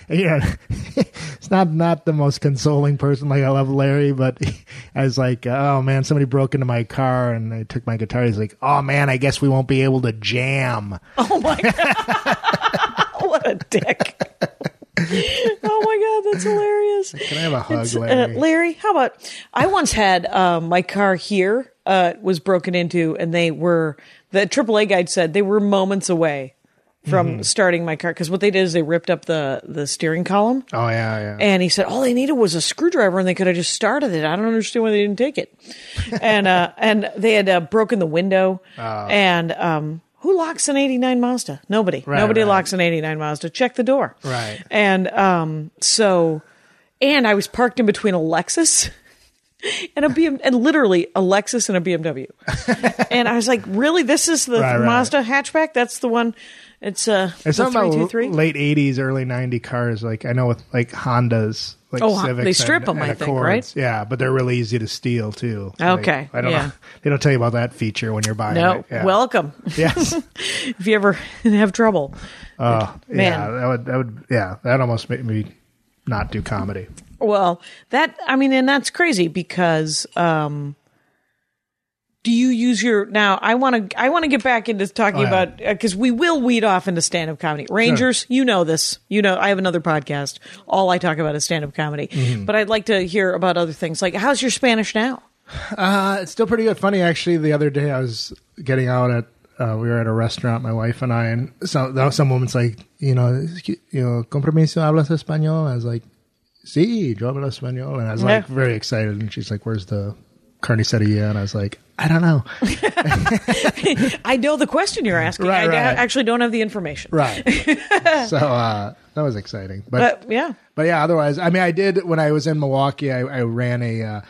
And, you know, it's not not the most consoling person. Like I love Larry, but I was like, oh man, somebody broke into my car and they took my guitar. He's like, oh man, I guess we won't be able to jam.
Oh my god, what a dick! oh my god, that's hilarious.
Can I have a hug,
It's,
Larry?
Uh, Larry, how about I once had uh, my car here uh, was broken into, and they were the AAA guide said they were moments away from
Mm-hmm.
starting my car because what they did is they ripped up the the steering column.
Oh yeah, yeah.
And he said all they needed was a screwdriver, and they could have just started it. I don't understand why they didn't take it. and uh, and they had uh, broken the window.
Oh.
And um, who locks an '89 Mazda? Nobody.
Right,
Nobody
right.
locks an '89 Mazda. Check the door.
Right.
And um, so, and I was parked in between a Lexus and a BM, and literally a Lexus and a BMW. and I was like, really, this is the
Right, right.
Mazda hatchback? That's the one. It's uh,
It's
the
something about l-
323?
late '80s, early '90 cars. Like I know with like Hondas, like
Oh, Hon-
Civics,
they strip
and-
'em,
and
I think,
Accords.
right?
Yeah, but they're really easy to steal too. Like,
Okay,
I don't.
yeah.
Know, they don't tell you about that feature when you're buying.
No,
it. Yeah.
welcome.
Yes.
if you ever have trouble.
Oh,
Man.
yeah. That would. That would. Yeah. That almost made me not do comedy.
Well, that I mean, and that's crazy because um, do you use your now? I want to I want to get back into talking
Oh, yeah.
about because we will weed off into stand up comedy. Rangers, you know this. You know I have another podcast. All I talk about is stand up comedy,
Mm-hmm.
but I'd like to hear about other things. Like, how's your Spanish now?
Uh, it's still pretty good. Funny, actually, the other day I was getting out at, uh, we were at a restaurant, my wife and I, and so, some woman's like, you know, "Excuse- you know, compromiso, hablas español? I was like, sí, yo hablo español. And I was like,
Yeah.
very excited. And she's like, where's the carniceria? And I was like, I don't know.
I know the question you're asking.
Right,
I
right.
actually don't have the information.
Right. so uh, that was exciting.
But yeah,
But yeah, otherwise, I mean, I did when I was in Milwaukee. I, I ran a, uh,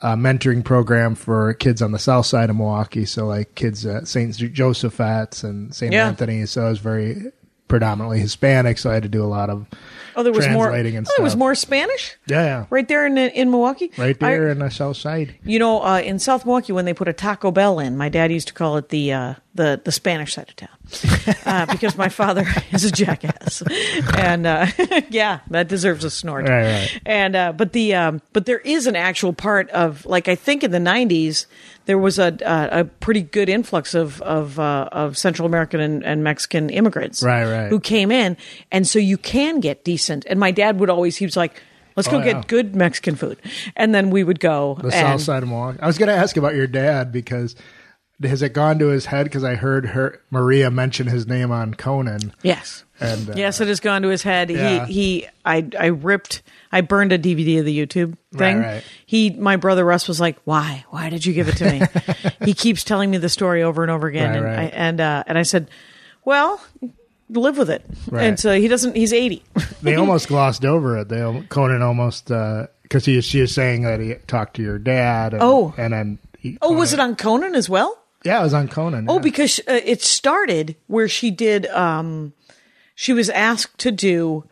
a mentoring program for kids on the south side of Milwaukee. So like kids at Saint Josephats and Saint
Yeah.
Anthony's. So I was very predominantly Hispanic. So I had to do a lot of
oh, there was more. Oh,
Translating and
there was
stuff.
more Spanish.
yeah, yeah. right,
Right there in in Milwaukee, I-
there in the south side.
You know, uh, in South Milwaukee, when they put a Taco Bell in, my dad used to call it the uh, the the Spanish side of town uh, because my father is a jackass, and uh, yeah, that deserves a snort.
Right, right.
And uh, but the um, but there is an actual part of like I think in the '90s there was a a, a pretty good influx of of uh, of Central American and, and Mexican immigrants,
Right, right.
who came in, and so you can get decent. And my dad would always he was like. Let's go
Oh, yeah.
get good Mexican food, and then we would go
The
and-
south side of Milwaukee. I was going to ask about your dad because has it gone to his head? Because I heard her Maria mention his name on Conan.
Yes.
And uh,
yes, it has gone to his head.
yeah.
He he I I ripped I burned a DVD of the YouTube thing.
right.
He my brother Russ was like, "Why? Why did you give it to me?" he keeps telling me the story over and over again
Right,
and
right.
I and uh and I said, "Well, live with it."
Right.
And so he doesn't he's 80.
they almost glossed over it. They al- Conan almost because he she is saying that he talked to your dad. And,
Oh.
and then he,
oh, was it on Conan as well?
Yeah, it was on Conan.
Oh,
yeah.
because uh, it started where she did. Um, she was asked to do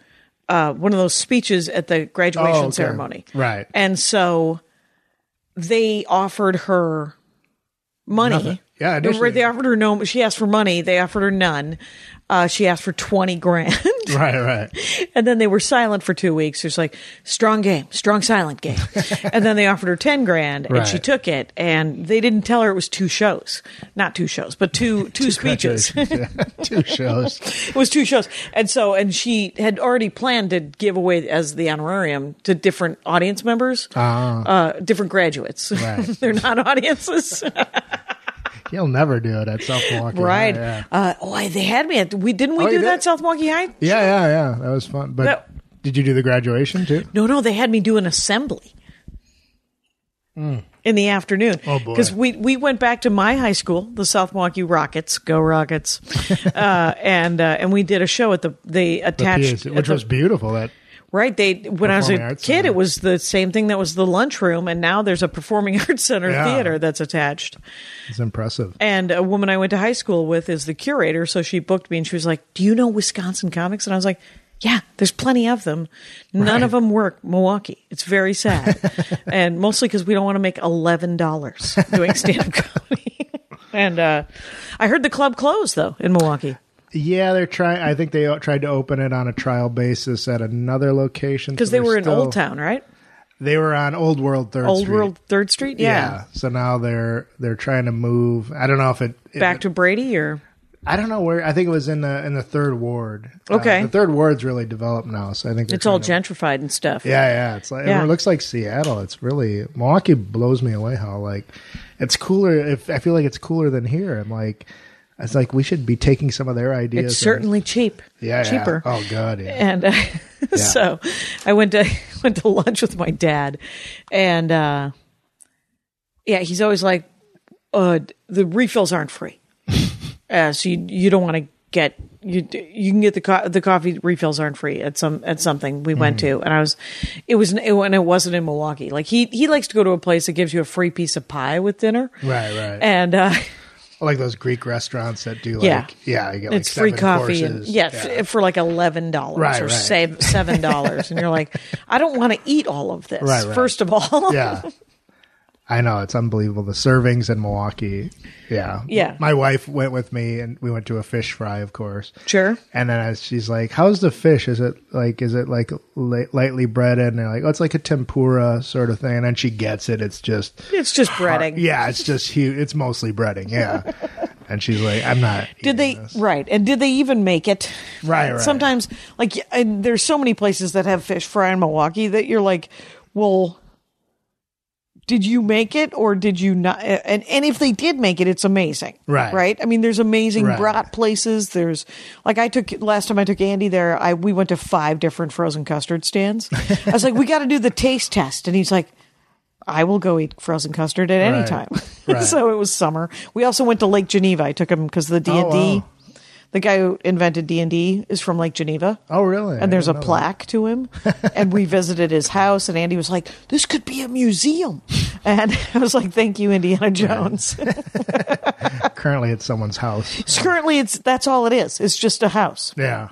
uh, one of those speeches at the graduation
Oh, okay.
ceremony,
Right.
And so they offered her money.
Yeah, initially.
they offered her no. She asked for money. They offered her none. Uh, she asked for twenty grand,
right, right.
and then they were silent for two weeks. It's like strong game, strong silent game, and then they offered her ten grand, and she
Right.
took it. And they didn't tell her it was two shows, not two shows, but two two speeches.
Congratulations. Yeah, two shows.
It was two shows, and so and she had already planned to give away as the honorarium to different audience members, uh, different graduates.
Ah. Right.
They're not audiences,
He'll never do it at South Milwaukee. High,
right?
Yeah,
Uh, oh, they had me. At, we didn't we
Oh, you
do
did?
that South Milwaukee High?
yeah, yeah, yeah. That was fun. But
That-
did you do the graduation too?
No, no, they had me do an assembly in the afternoon.
Hmm. Oh, boy.
Because we we went back to my high school, the South Milwaukee Rockets, go Rockets, uh, and uh, and we did a show at the they
The
attached
PSU, which
at the-
was beautiful. That
Right. They when I was
Performing
a
Arts
kid,
Center.
it was the same thing that was the lunchroom, and now there's a performing arts center
Yeah.
theater that's attached.
is impressive.
And a woman I went to high school with is the curator, so she booked me, and she was like, "Do you know Wisconsin comics?" And I was like, "Yeah, there's plenty of them. None of them work Milwaukee. It's very sad, and mostly because we don't want to make eleven dollars doing stand-up comedy." and uh, I heard the club closed though in Milwaukee.
Yeah, they're trying. I think they o- tried to open it on a trial basis at another location so
Because they
they're
were in
still-
Old Town, right?
They were on Old World Third.
Old
Street.
World Third Street, yeah.
So now they're they're trying to move. I don't know if it, it-
Back to Brady or
I don't know where. I think it was in the in the third ward.
Okay.
Uh, the third ward's really developed now, so I think they're
It's all
trying
gentrified and stuff.
to- yeah, yeah. It's like
Yeah.
it looks like Seattle. It's really Milwaukee blows me away. How like it's cooler. If I feel like it's cooler than here. I'm like. I was like, we should be taking some of their ideas.
It's
and-
certainly cheap.
yeah, yeah.
cheaper.
Oh god, yeah.
and uh, so I went to went to lunch with my dad, and uh, yeah, he's always like, uh, "The refills aren't free, uh, so you you don't want to get you you can get the co- the coffee refills aren't free at some at something we
Mm.
went to, and I was it was it, and it wasn't in Milwaukee. Like he he likes to go to a place that gives you a free piece of pie with dinner,
Right, right.
and. uh
like those Greek restaurants that do like
Yeah.
yeah, you get like
it's free
seven
coffee and,
courses.
yeah, F- for like eleven dollars
Right,
or
right.
save seven dollars and you're like i don't want to eat all of this
Right, right.
first of all
yeah. I know it's unbelievable the servings in Milwaukee. Yeah,
Yeah.
My wife went with me, and we went to a fish fry, of course.
sure
And then I, she's like, "How's the fish? Is it like is it like li- lightly breaded?" And they're like, "Oh, it's like a tempura sort of thing." And then she gets it. It's just
it's just breading
yeah, it's just huge. It's mostly breading. Yeah. and she's like, "I'm not." eating
did they
this."
right and did they even make it
Right, right.
sometimes like and there's so many places that have fish fry in milwaukee that you're like well did you make it or did you not and and if they did make it it's amazing
Right.
right i mean there's amazing
Right.
brat places there's like i took last time i took andy there i we went to five different frozen custard stands i was like we got to do the taste test and he's like I will go eat frozen custard at any
Right.
time.
Right.
so it was summer. We also went to Lake Geneva. I took him because the D and D,
Oh, wow.
the guy who invented D and D, is from Lake Geneva.
Oh, really? I
And there's a
didn't know that.
plaque to him. and we visited his house, and Andy was like, "This could be a museum." And I was like, "Thank you, Indiana Jones."
Currently, at someone's house.
So Currently, it's that's all it is. It's just a house.
Yeah.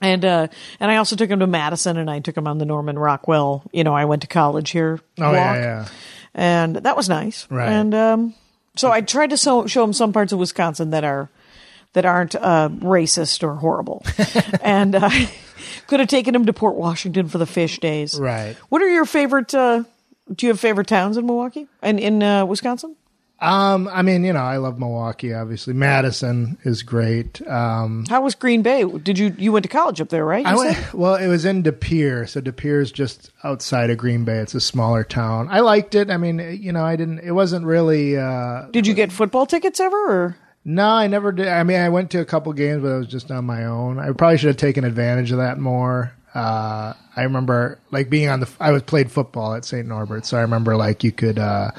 And uh, and I also took him to Madison, and I took him on the Norman Rockwell. You know, I went to college here.
Oh yeah,
walk.
yeah.
and that was nice.
Right.
And um, so I tried to so, show him some parts of Wisconsin that are that aren't uh, racist or horrible, and uh, could have taken him to Port Washington for the fish days.
Right.
What are your favorite? Uh, do you have favorite towns in Milwaukee and in uh, Wisconsin?
Um, I mean, you know, I love Milwaukee. Obviously, Madison is great. Um,
How was Green Bay? Did you you went to college up there, right?
I
you
went,
said?
well, it was in De Pere, so De Pere is just outside of Green Bay. It's a smaller town. I liked it. I mean, you know, I didn't. It wasn't really. Uh,
Did you get football tickets ever? Or
no, I never did. I mean, I went to a couple games, but I was just on my own. I probably should have taken advantage of that more. Uh, I remember like being on the. I was played football at St. Norbert, so I remember like you could. Uh,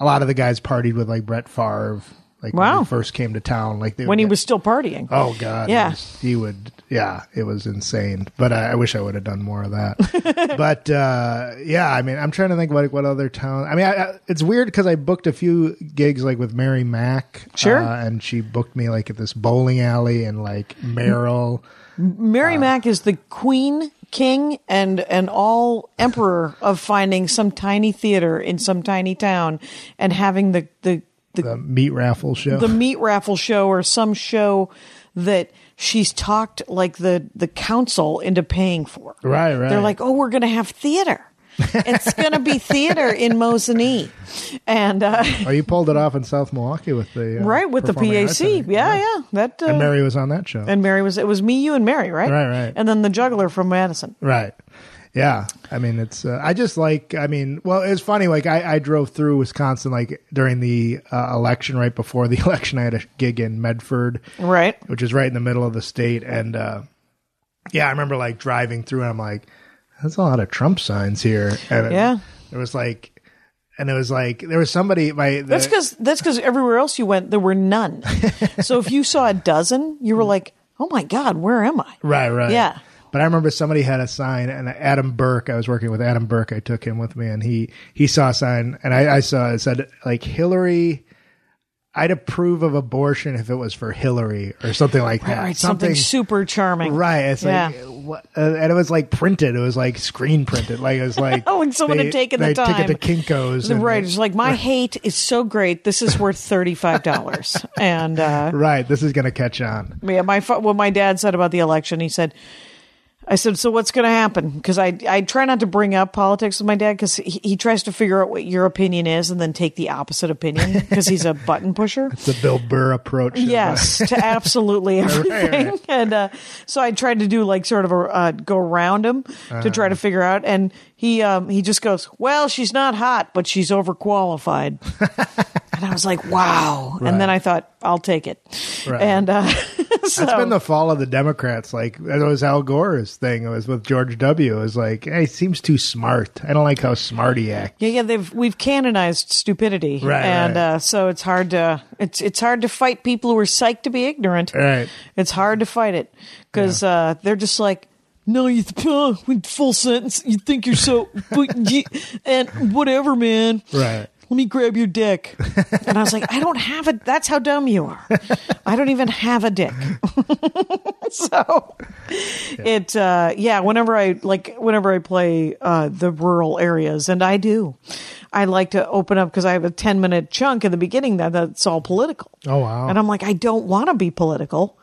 a lot of the guys partied with like Brett Favre, like
Wow.
when he first came to town, like they
when
would
he
get-
was still partying?
Oh God, he
Yeah.
was- he, would. Yeah, it was insane. But I, I wish I would have done more of that. but uh, yeah, I mean, I'm trying to think what what other town. I mean, I, I, it's weird because I booked a few gigs like with Mary Mack,
Sure.
uh, and she booked me like at this bowling alley and like Merrill.
Mary Mack is the queen, king, and and all emperor of finding some tiny theater in some tiny town and having the the the,
The meat raffle show.
the meat raffle show or some show that she's talked like the the council into paying for.
Right, right.
They're like, oh, we're gonna have theater. it's gonna be theater in Mosinee, and uh,
oh, you pulled it off in South Milwaukee with the uh,
right with the PAC.
Performing Arts
Yeah,
Center.
yeah, That uh,
And Mary was on that show.
and Mary was it was me, you, and Mary, right?
Right, right.
And then the juggler from Madison.
Right. Yeah. I mean, it's, uh, I just like, I mean, well, it's funny. Like, I, I drove through Wisconsin, like, during the uh, election, right before the election, I had a gig in Medford,
Right.
which is right in the middle of the state. And, uh, yeah, I remember, like, driving through, and I'm like, that's a lot of Trump signs here. And it-
Yeah.
It was like, and it was like, there was somebody, my, the,
That's because that's because everywhere else you went, there were none. so if you saw a dozen, you were like, "Oh my god, where am I?"
Right, right.
Yeah.
But I remember somebody had a sign, and Adam Burke. I was working with Adam Burke. I took him with me, and he he saw a sign, and I, I saw it said like Hillary. I'd approve of abortion if it was for Hillary or something like that.
All right, something, super charming,
right. It's
yeah.
like what, uh, and it was like printed. It was like screen printed. Like it was like
Oh, and someone
they,
had taken the
they
time.
Took it to Kinkos.
the
and-
writer's like, "My hate is so great. This is worth thirty five dollars." and uh,
Right. This is gonna catch on.
yeah, my fa- what my dad said about the election, he said. I said, so what's going to happen? Because I, I try not to bring up politics with my dad because he, he tries to figure out what your opinion is and then take the opposite opinion because he's a button pusher.
The Bill Burr approach.
Yes, to absolutely everything. And uh, so I tried to do like sort of a uh, go around him to try
Uh-huh.
to figure out. And he um, he just goes, "Well, she's not hot, but she's overqualified." and I was like, "Wow!" And then
Right.
I thought, "I'll take it."
Right.
And uh, so,
That's been the fall of the Democrats. Like that was Al Gore's thing. It was with George W. It was like, hey, he seems too smart. I don't like how smart he acts.
yeah, yeah, they've we've canonized stupidity,
Right,
and
right.
Uh, so it's hard to it's it's hard to fight people who are psyched to be ignorant.
Right.
It's hard to fight it because uh, they're just like, no, you th- uh, with full sentence. You think you're so, but ye- and whatever, man.
Right.
Let me grab your dick. And I was like, I don't have a. That's how dumb you are. I don't even have a dick. so it, uh, yeah. Whenever I like, whenever I play uh, the rural areas, and I do, I like to open up because I have a ten minute chunk in the beginning that that's all political.
Oh, wow.
And I'm like, I don't want to be political,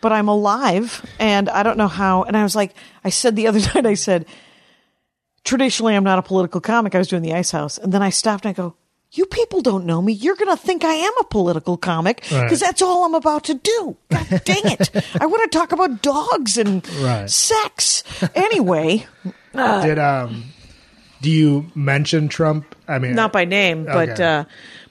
but I'm alive and I don't know how. And I was like, I said the other night, I said, traditionally, I'm not a political comic. I was doing the Ice House. And then I stopped and I go, you people don't know me. You're going to think I am a political comic because
Right.
that's all I'm about to do. God dang it. I want to talk about dogs and
Right.
sex. Anyway, Uh,
Did um, do you mention Trump? I mean,
not by name, but
Okay.
uh,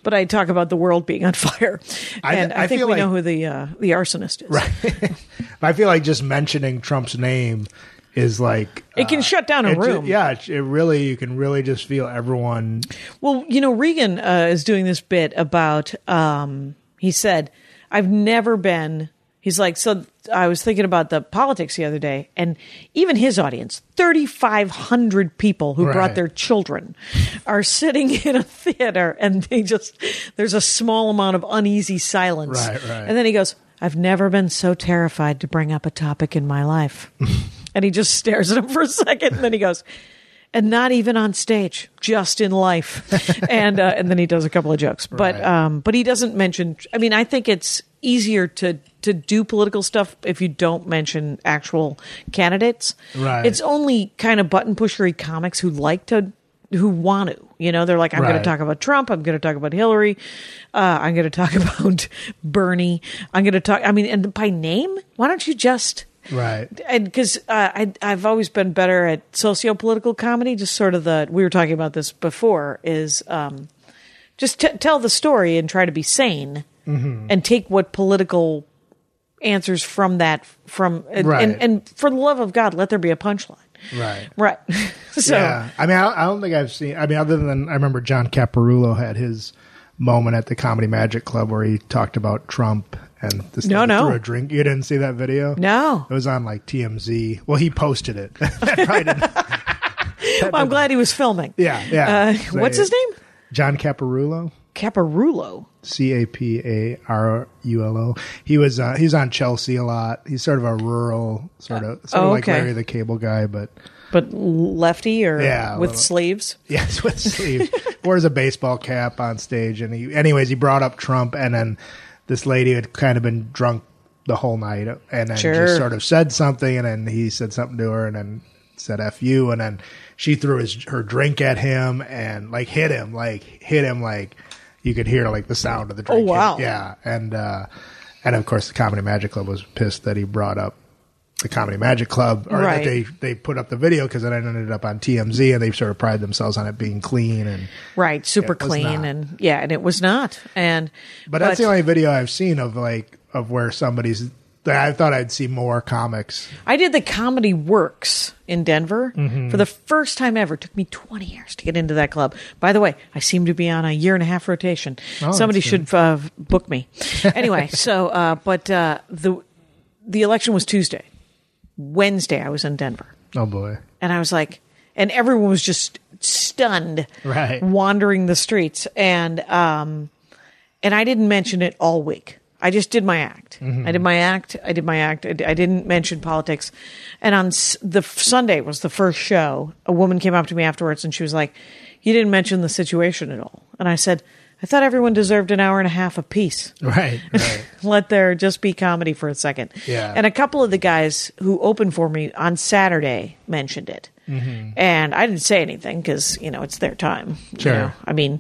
but I talk about the world being on fire.
I-
And I,
I
think
feel
we know
like-
who the uh, the arsonist is.
I feel like just mentioning Trump's name is like uh,
It can shut down a
it ju-
room.
yeah, it, it really you can really just feel everyone.
Well, you know, Regan uh, is doing this bit about. Um, he said, "I've never been." He's like, so I was thinking about the politics the other day, and even his audience, thirty five hundred people who brought
Right.
their children, are sitting in a theater, and they just there's a small amount of uneasy silence,
Right, right.
and then he goes, "I've never been so terrified to bring up a topic in my life," and he just stares at him for a second, and then he goes and not even on stage, just in life. and uh, and then he does a couple of jokes, but
Right.
um, but he doesn't mention. I mean, I think it's easier to to do political stuff if you don't mention actual candidates.
Right.
It's only kind of button pushery comics who like to who want to. You know, they're like, I'm going to
Right.
talk about Trump. I'm going to talk about Hillary. Uh, I'm going to talk about Bernie. I'm going to talk. I mean, and by name, why don't you just
Right.
and because uh, I I've always been better at socio-political comedy, just sort of the we were talking about this before is um, just t- tell the story and try to be sane
Mm-hmm.
and take what political answers from that from and,
Right.
and and for the love of God, let there be a punchline,
Right.
right? so
yeah. I mean, I, I don't think I've seen. I mean, other than I remember John Caparulo had his moment at the Comedy Magic Club where he talked about Trump and this
No,
lady
no.
threw a drink. You didn't see that video?
No.
It was on like TMZ. Well, he posted it. That probably didn't-
well, I'm glad he was filming.
yeah, yeah.
Uh, what's his name?
John Caparulo.
Caparulo.
C A P A R U L O. He was uh, he's on Chelsea a lot. He's sort of a rural sort of sort
Oh,
of like
okay.
Larry the Cable Guy, but
But lefty or
Yeah, a
with
little.
sleeves?
Yes, with sleeve. Wears a baseball cap on stage, and he, anyways, he brought up Trump, and then this lady had kind of been drunk the whole night, and then
Sure.
just sort of said something, and then he said something to her, and then said "f you," and then she threw his her drink at him, and like hit him, like hit him, like you could hear like the sound of the drink.
Oh, wow.
hit- yeah, and uh, and of course, the Comedy Magic Club was pissed that he brought up. The Comedy Magic Club, or
Right.
that they they put up the video because it ended up on TMZ and they sort of pride themselves on it being clean and
Right, super
was
clean
not.
and yeah, and it was not. And
but that's the only video I've seen of like of where somebody's that I thought I'd see more comics.
I did the Comedy Works in Denver
Mm-hmm.
for the first time ever. It took me 20 years to get into that club. By the way, I seem to be on a year and a half rotation.
Oh, that's
Somebody
good.
should uh, book me. Anyway, so uh, but uh, the the election was Tuesday. Wednesday, I was in Denver,
Oh boy.
and I was like, and everyone was just stunned,
Right.
wandering the streets, and um, and I didn't mention it all week. I just did my act. I did my act. I did my act. I, d- I didn't mention politics. And on s- the f- Sunday was the first show. A woman came up to me afterwards and she was like, "You didn't mention the situation at all." And I said, I thought everyone deserved an hour and a half apiece.
Right. Right.
Let there just be comedy for a second.
Yeah.
And a couple of the guys who opened for me on Saturday mentioned it.
Mm-hmm.
And I didn't say anything because, you know, it's their time. you
Sure.
know. I mean,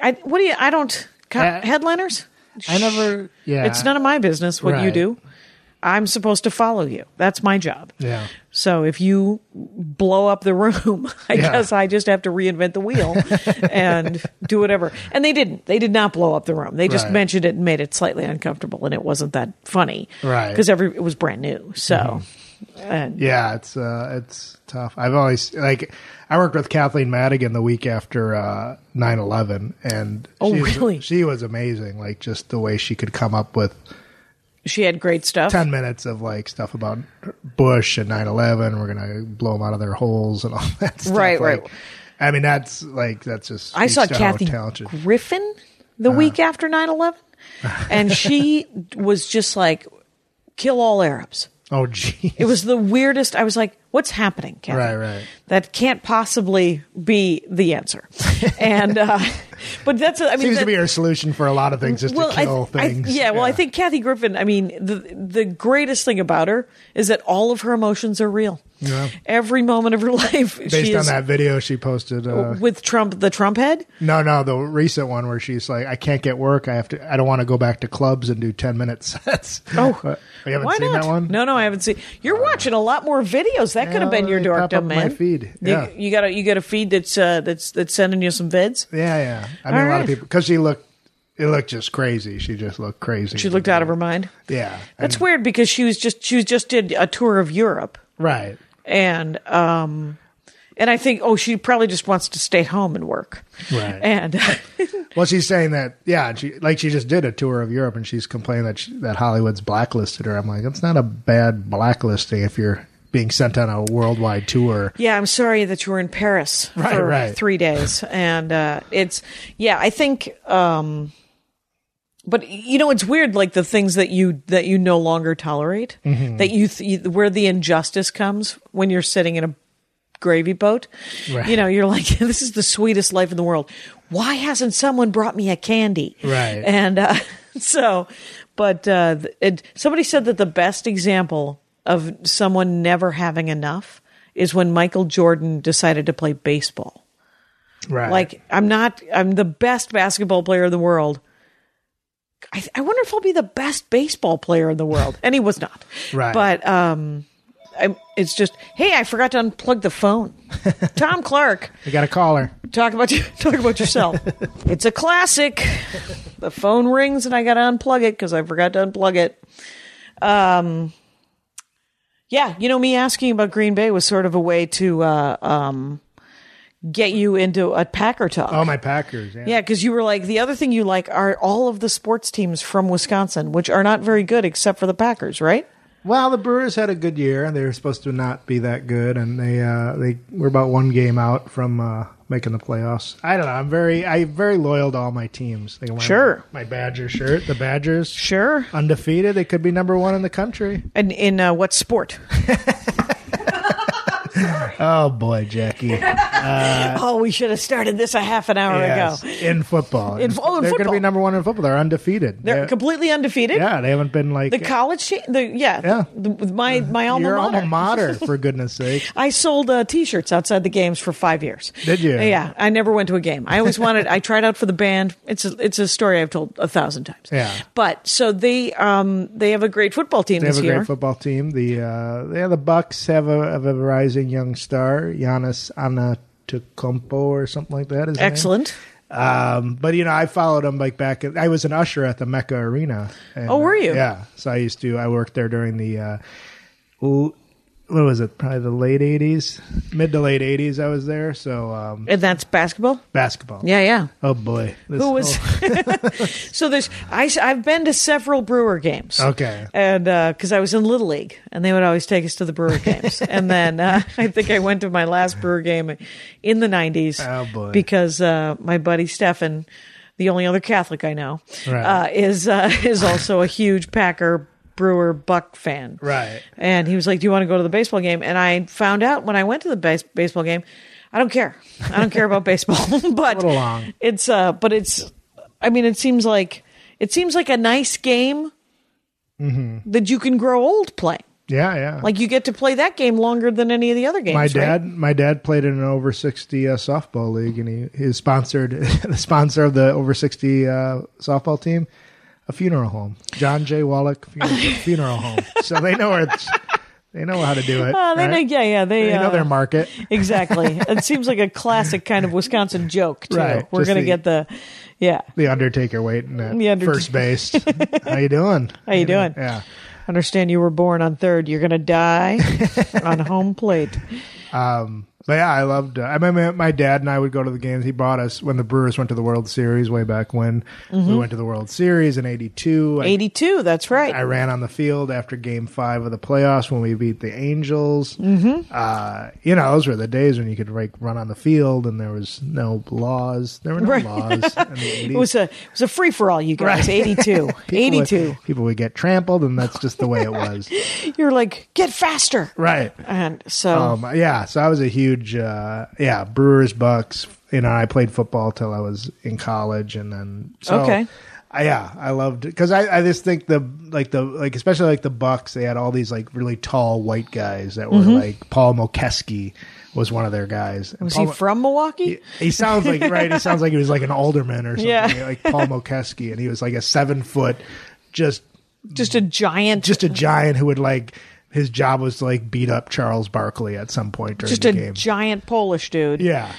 I, what do you, I don't, co-
Uh,
headliners?
I never. Yeah.
It's none of my business what you
Right.
do. I'm supposed to follow you. That's my job.
Yeah.
So if you blow up the room, I
Yeah.
guess I just have to reinvent the wheel and do whatever. And they didn't. They did not blow up the room. They just
Right.
mentioned it and made it slightly uncomfortable, and it wasn't that funny,
Right.
Because every it was brand new. So and
Yeah, it's uh, it's tough. I've always like I worked with Kathleen Madigan the week after uh, 9-11 and
Oh,
she's-
really?
she was amazing. Like just the way she could come up with
she had great stuff.
ten minutes of like stuff about Bush and 9-11. We're gonna blow them out of their holes and all that. stuff.
Right,
Like,
right.
I mean, that's like that's just
I saw
speaks to how
Kathy
talented.
Griffin the
Uh-huh.
week after 9-11, and she was just like, "Kill all Arabs."
Oh, gee,
It was the weirdest. I was like, "What's happening, Kathy?
Right, right.
That can't possibly be the answer." And uh, but that's I mean
seems
that-
to be her solution for a lot of things, just to
I-
kill
I,
things.
yeah, well, I think Kathy Griffin. I mean, the the greatest thing about her is that all of her emotions are real.
Yeah.
Every moment of her life,
based
she
on
is Oh.
that video she posted. Uh,
with Trump, the Trump head.
No, no, the recent one where she's like, I can't get work. I have to. I don't want to go back to clubs and do ten minute sets.
Oh,
But- you haven't
Why
seen
not?
that one?
No, no, I haven't seen. You're watching a lot more videos. That could have been
Yeah,
your
they
dork
pop up
dumb
in my
man
feed. Yeah.
You, you got a you got a feed that's uh, that's that's sending you some vids.
Yeah, yeah. I mean,
All
a lot of
right.
people because she looked. It looked just crazy. She just looked crazy.
She looked out of her mind.
Yeah,
That's
and-
weird because she was just she was just did a tour of Europe
Right.
and um and I think oh she probably just wants to stay home and work.
Right.
And uh,
Well, she's saying that. Yeah, and she like she just did a tour of Europe, and she's complaining that she, that Hollywood's blacklisted her. I'm like, that's not a bad blacklisting if you're being sent on a worldwide tour.
yeah, I'm sorry that you were in Paris
Right,
for
right.
3 days and uh it's yeah, I think um but you know it's weird like the things that you that you no longer tolerate
Mm-hmm.
that you, th- you where the injustice comes when you're sitting in a gravy boat.
Right.
You know, you're like, this is the sweetest life in the world. Why hasn't someone brought me a candy?
Right.
And uh, so, but uh, th- it, somebody said that the best example of someone never having enough is when Michael Jordan decided to play baseball.
Right.
Like, I'm not, I'm the best basketball player in the world. I, I wonder if I'll be the best baseball player in the world. And he was not.
Right.
But, um, I'm, it's just, hey, I forgot to unplug the phone. Tom Clark,
I got a caller.
talk about you, talk about yourself. it's a classic. The phone rings and I got to unplug it because I forgot to unplug it. Um, yeah, you know, me asking about Green Bay was sort of a way to uh, um, get you into a Packer talk.
Oh, my Packers. Yeah.
Yeah, because you were like the other thing you like are all of the sports teams from Wisconsin, which are not very good except for the Packers, right?
Well, the Brewers had a good year, and they were supposed to not be that good, and they uh, they were about one game out from uh, making the playoffs. I don't know. I'm very I'm very loyal to all my teams. They can wear
Sure.
my, my Badger shirt. The Badgers
Sure.
undefeated. They could be number one in the country.
And in uh, what sport?
Oh boy, Jackie!
oh, we should have started this a half an hour
Uh, Yes.
ago.
in football,
In- oh, in
they're going to
football.
be number one in football. They're undefeated.
They're
They're-
completely undefeated.
yeah, they haven't been like
The college, team, the yeah,
Yeah.
the- the- my my alma
your
mater.
alma mater. For goodness' sake,
I sold uh, T-shirts outside the games for five years.
Did you?
Yeah, I never went to a game. I always wanted. I tried out for the band. It's a, it's a story I've told a thousand times.
Yeah.
But so they um they have a great football team
They
this
have a
year.
great football team. The uh, yeah, the Bucks have a, have a rising young star, Giannis Antetokounmpo or something like that. Is the name.
Excellent.
Um, but you know, I followed him like back. At, I was an usher at the Mecca Arena. and,
Oh, were
uh,
you?
yeah. So I used to. I worked there during the. Uh, ooh, what was it? Probably the late '80s, mid to late '80s. I was there. So um,
And that's basketball.
basketball.
Yeah, yeah.
Oh boy. This
Who was?
whole-
so there's I have been to several Brewer games.
oh, okay?
And because I was in Little League, and they would always take us to the Brewer games, and then uh, I think I went to my last Brewer game in the '90s
Oh, boy.
because uh, my buddy Stefan, the only other Catholic I know,
Right.
uh, is uh, is also a huge Packer Brewer Buck fan.
Right.
And he was like, "Do you want to go to the baseball game?" And I found out when I went to the base- baseball game, I don't care. I don't care about baseball, but
little long.
It's uh, but it's I mean, it seems like it seems like a nice game
Mm-hmm.
that you can grow old playing.
Yeah, yeah.
Like you get to play that game longer than any of the other games.
my
right?
dad, my dad played in an over sixty uh, softball league, and he is sponsored the sponsor of the over sixty uh, softball team, a funeral home, John J. Wallach funeral, funeral home. So they know where it's, they know how to do it.
Oh, they
right?
know, yeah, yeah, they,
They know
uh,
their market.
exactly. it seems like a classic kind of Wisconsin joke too.
Right,
We're
just
gonna
the-
get the, yeah.
The Undertaker waiting at
The Undertaker.
first base. how you doing?
How you doing?
Yeah.
Understand you were born on third. You're gonna die on home plate.
But yeah, I loved. Uh, I remember my dad and I would go to the games. He brought us when the Brewers went to the World Series way back when
Mm-hmm.
we went to the World Series in '82. I,
Eighty-two. That's right.
I ran on the field after Game Five of the playoffs when we beat the Angels. Mm-hmm. Uh, you know, those were the days when you could like run on the field and there was no laws. There were no
Right.
laws. in the
it was a it was a free for all. You guys. Eighty-two.
80s.
Eighty-two.
People would- people would get trampled, and that's just the way it was.
You're like get faster.
right.
And so
Um, yeah, so I was a huge, uh, yeah, Brewers, Bucks. You know, I played football till I was in college, and then so,
Okay.
I- yeah, I loved because I, I just think the like the like especially like the Bucks, they had all these like really tall white guys that were like Paul Mokeski was one of their guys. And
Mm-hmm. was
Paul
he from Milwaukee?
he sounds like right. He sounds like he was like an alderman or something,
Yeah.
like Paul Mokeski, and he was like a seven foot, just
Just a giant.
just a giant who would like his job was to like beat up Charles Barkley at some point during
just
the
a
game.
giant Polish dude.
Yeah,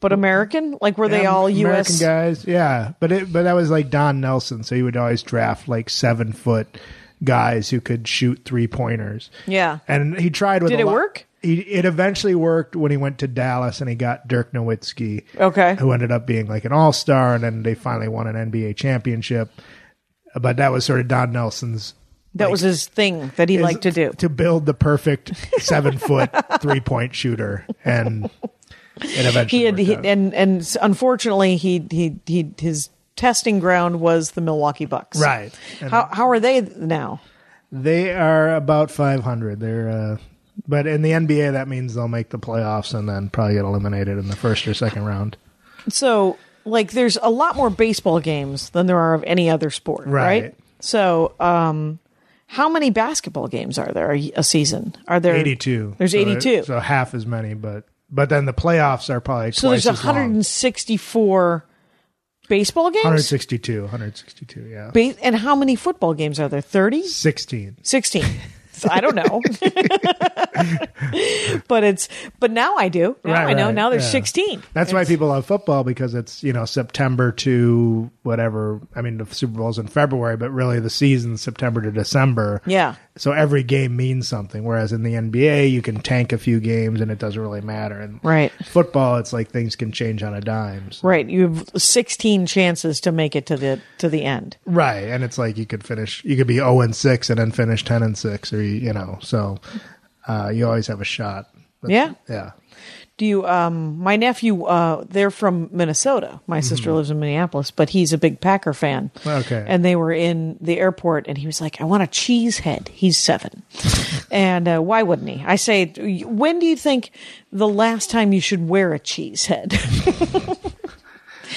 But American? Like were they
Yeah,
all
American
US?
guys? Yeah, but it but that was like Don Nelson, so he would always draft like seven foot guys who could shoot three pointers.
Yeah.
and he tried with.
Did
a
it
lot-
work?
He, it eventually worked when he went to Dallas and he got Dirk Nowitzki,
Okay.
who ended up being like an all star, and then they finally won an NBA championship. But that was sort of Don Nelson's
That was his thing that he
is
liked to do.
to build the perfect seven foot three point shooter, and it eventually
He had
worked
he,
out.
and and unfortunately he he he his testing ground was the Milwaukee Bucks.
right. And
How how are they now?
They are about 500. They're, uh, but in the NBA, that means they'll make the playoffs and then probably get eliminated in the first or second round.
So like there's a lot more baseball games than there are of any other sport, right?
Right.
So um how many basketball games are there a a season? Are there
82.
There's
So
82.
it- So half as many, but but then the playoffs are probably
So
twice
there's
as long.
164 baseball games?
162, 162, yeah,
Ba- and how many football games are there? 30?
16.
16. So I don't know. but it's but now I do. Now
Right,
I know.
right,
Now there's
yeah.
16.
That's why people love football because it's you know September to whatever. I mean, the Super Bowl's in February, but really the season's September to December.
Yeah.
So every game means something. Whereas in the NBA, you can tank a few games and it doesn't really matter. And
Right.
football, it's like things can change on a dime. So-
Right. You have 16 chances to make it to the to the end.
Right, and it's like you could finish, you could be zero and six and then finish ten and six, or you, you know, so uh, you always have a shot.
yeah.
Yeah,
Do you um my nephew uh they're from Minnesota. My sister lives in Minneapolis, but he's a big Packer fan.
Mm-hmm. Okay.
And they were in the airport and he was like, "I want a cheese head." He's 7. and uh, why wouldn't he? I say, "When do you think the last time you should wear a cheese head?"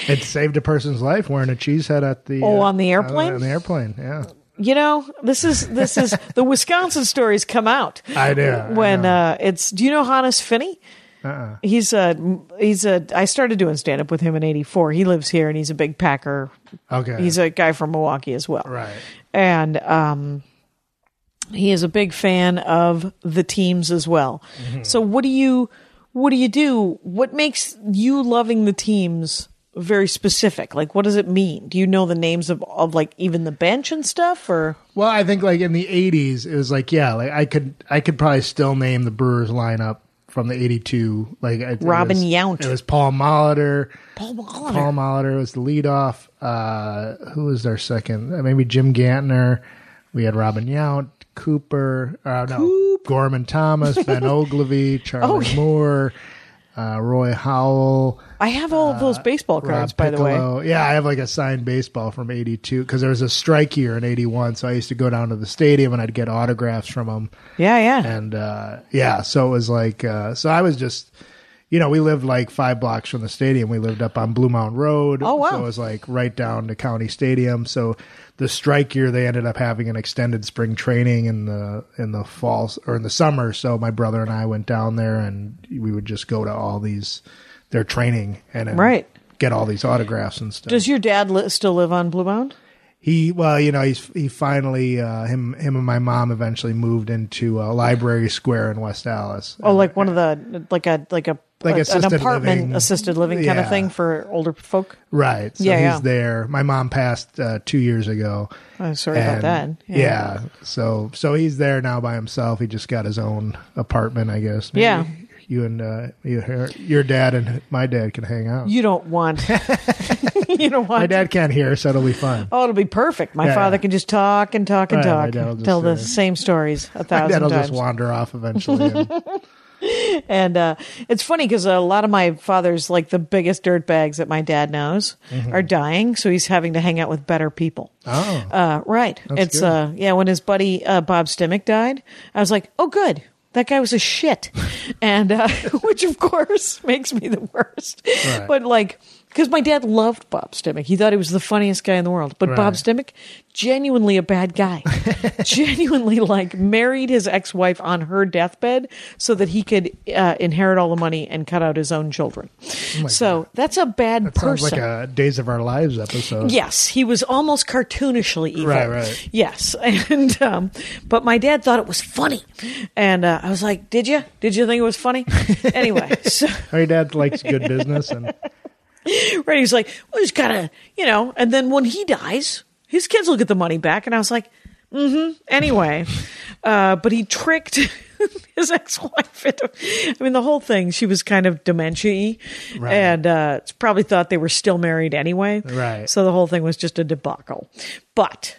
it saved a person's life wearing a cheese head at the uh,
Oh, on the airplane?
on the airplane, yeah.
you know, this is this is the Wisconsin stories come out.
I do. I
when
know.
uh, it's do you know Hannes Finney? Uh-uh. He's a he's a. I started doing stand up with him in '84. He lives here and he's a big Packer.
okay,
He's a guy from Milwaukee as well,
right.
and um, he is a big fan of the teams as well.
Mm-hmm.
So what do you what do you do? What makes you loving the teams very specific? Like what does it mean? Do you know the names of of like even the bench and stuff or
Well, I think like in the '80s, it was like yeah, like I could I could probably still name the Brewers lineup from the '82. Like I, it
Robin
was-
Yount.
It was Paul Molitor.
Paul Molitor.
Paul Molitor was the leadoff. Uh, who was their second? Uh, Maybe Jim Gantner. We had Robin Yount, Cooper. Uh, no, Gorman Thomas, Ben Ogilvy, Charlie
Oh, yeah.
Moore, uh, Roy Howell.
I have all of those baseball cards,
Rob
by the way.
uh, Piccolo. Yeah, I have like a signed baseball from '82 because there was a strike year in '81, so I used to go down to the stadium and I'd get autographs from them.
Yeah, yeah.
And uh, yeah, so it was like, uh, so I was just, you know, we lived like five blocks from the stadium. We lived up on Blue Mountain Road.
Oh, wow.
So it was like right down to County Stadium. So the strike year, they ended up having an extended spring training in the in the fall s- or in the summer. So my brother and I went down there, and we would just go to all these their training and then
Right.
get all these autographs and stuff.
Does your dad li- still live on Blue Mound?
He well, you know, he's he finally uh, him him and my mom eventually moved into uh, Library Square in West Dallas.
Oh, like one of the like a like a a-
Like
an
assisted
apartment
living.
assisted living kind of
Yeah.
thing for older folk.
right. So
Yeah,
he's
yeah.
there. My mom passed uh, two years ago.
I'm Oh, sorry about that.
Yeah. So so he's there now by himself. He just got his own apartment, I guess.
Yeah.
You and uh, you, her, your dad and my dad can hang out.
You don't want. you don't want.
my dad can't hear, so it'll be fun.
Oh, it'll be perfect. My
Yeah,
father
yeah.
can just talk and talk and
Right, my
talk,
dad'll just
tell the
sit there.
same stories a
My
thousand
dad'll
times.
just wander off eventually. and-
And uh, it's funny because a lot of my father's like the biggest dirt bags that my dad knows
Mm-hmm.
are dying, so he's having to hang out with better people.
oh,
Uh, right. it's
good.
uh, yeah. When his buddy uh, Bob Stimmick died, I was like, oh, good. That guy was a shit, and uh, which of course makes me the worst.
Right.
But like, because my dad loved Bob Stimmick, he thought he was the funniest guy in the world. But Bob
Right.
Stimmick, genuinely a bad guy, genuinely like married his ex-wife on her deathbed so that he could uh, inherit all the money and cut out his own children.
Oh
so that's a bad
sounds
person.
like a Days of Our Lives episode.
Yes, he was almost cartoonishly evil.
Right, right.
Yes, and um, but my dad thought it was funny, and uh, I was like, "Did you? Did you think it was funny?" anyway, so
My dad likes good business, and
right, he's like, "Well, he's gotta, you know." And then when he dies, his kids will get the money back, and I was like, "Mm-hmm." Anyway, uh, but he tricked. His ex-wife. Into, I mean, the whole thing. She was kind of dementia-y,
Right.
and uh, probably thought they were still married anyway.
Right.
So the whole thing was just a debacle. But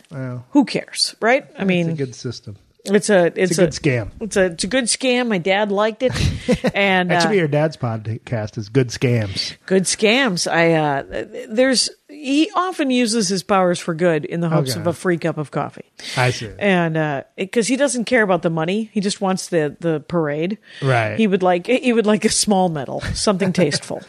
who cares, right? I mean,
it's a good system.
It's a it's,
It's a good scam.
It's a it's a good scam. My dad liked it, and
That should
uh,
be your dad's podcast. Is good scams.
good scams. I uh, there's he often uses his powers for good in the hopes
Okay.
of a free cup of coffee,
I see.
and because he doesn't care about the money, he just wants the the parade.
Right.
He would like he would like a small medal, something tasteful,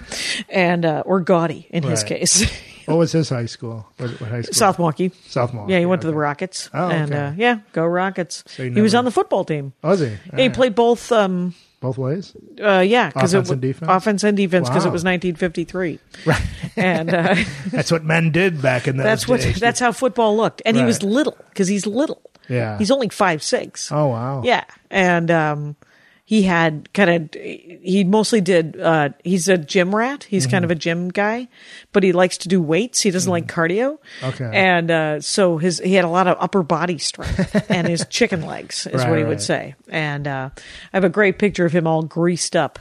and uh, or gaudy in his
Right.
case.
What Oh, was his high school? What, what high school?
South Milwaukee.
South Milwaukee,
Yeah, he went to the
okay.
Rockets.
Oh,
and
okay.
uh, yeah, go Rockets.
you
he was
never-
on the football team.
Oh, was he?
Yeah, he
Alright.
played both. Um,
both ways.
uh, yeah, because
Offense and defense?
offense and defense, because it
Wow.
was 1953, right? And uh,
That's what men did back in those
that's what
days.
that's how football looked. And he was
Right.
little because he's little.
Yeah.
he's only five six.
Oh wow.
yeah, and um, he had kind of he mostly did. Uh, he's a gym rat. He's kind of a gym guy, but he likes to do weights. He doesn't like cardio.
Okay.
and uh, so his he had a lot of upper body strength and his chicken legs is
Right,
what he would
right.
say. And uh, I have a great picture of him all greased up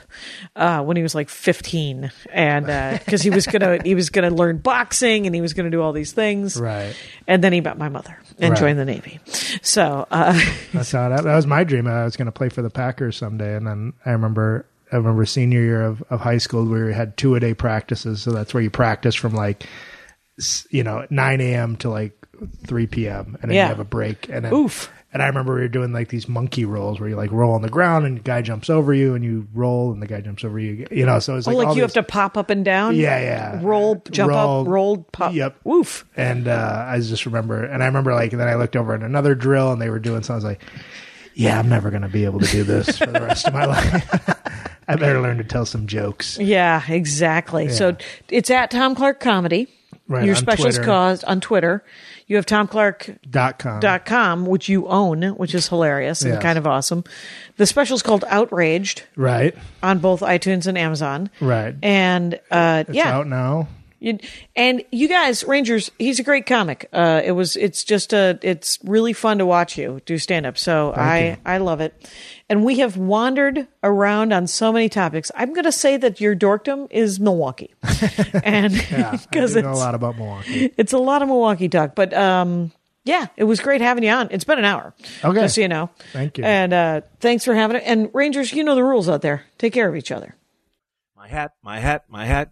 uh, when he was like 15, and because he was gonna he was gonna learn boxing and he was gonna do all these things.
Right.
And then he met my mother and
Right.
joined the navy. So uh,
That's how that, that was my dream. I was going to play for the Packers someday, and then I remember. I remember senior year of, of high school where we had two a day practices. So that's where you practice from like, s- you know, 9 a.m. to like 3 p.m. And then
Yeah.
you have a break. And then,
Oof.
And I remember we were doing like these monkey rolls where you like roll on the ground and the guy jumps over you and you roll and the guy jumps over you. You know, so it was
Oh, like,
like, all
you
these-
have to pop up and down.
Yeah, yeah.
Roll, jump
Roll.
up, roll, pop.
Yep.
Woof.
And uh, I just remember, and I remember like, and then I looked over at another drill and they were doing, so I was like, yeah, I'm never going to be able to do this for the rest of my life. I better learn to tell some jokes.
Yeah, exactly. So it's at Tom Clark Comedy.
Right,
Your
on
specials
Twitter.
caused on Twitter. You have tomclark.com,
Dot com.
which you own, which is hilarious and
Yes.
kind of awesome. The special's called Outraged
Right.
on both iTunes and Amazon.
Right.
And uh, yeah,
Out now.
You, and you guys, Rangers, he's a great comic. Uh, it was, it's just a, it's really fun to watch you do stand up. So I,
you.
I love it. And we have wandered around on so many topics. I'm going to say that your dorkdom is Milwaukee, and
Yeah.
because
I do know a
it's
lot about Milwaukee.
it's a lot of Milwaukee talk. But um, yeah, it was great having you on. It's been an hour.
Okay.
just so you know.
Thank you.
and uh, thanks for having it. And Rangers, you know the rules out there. Take care of each other.
My hat, my hat, my hat.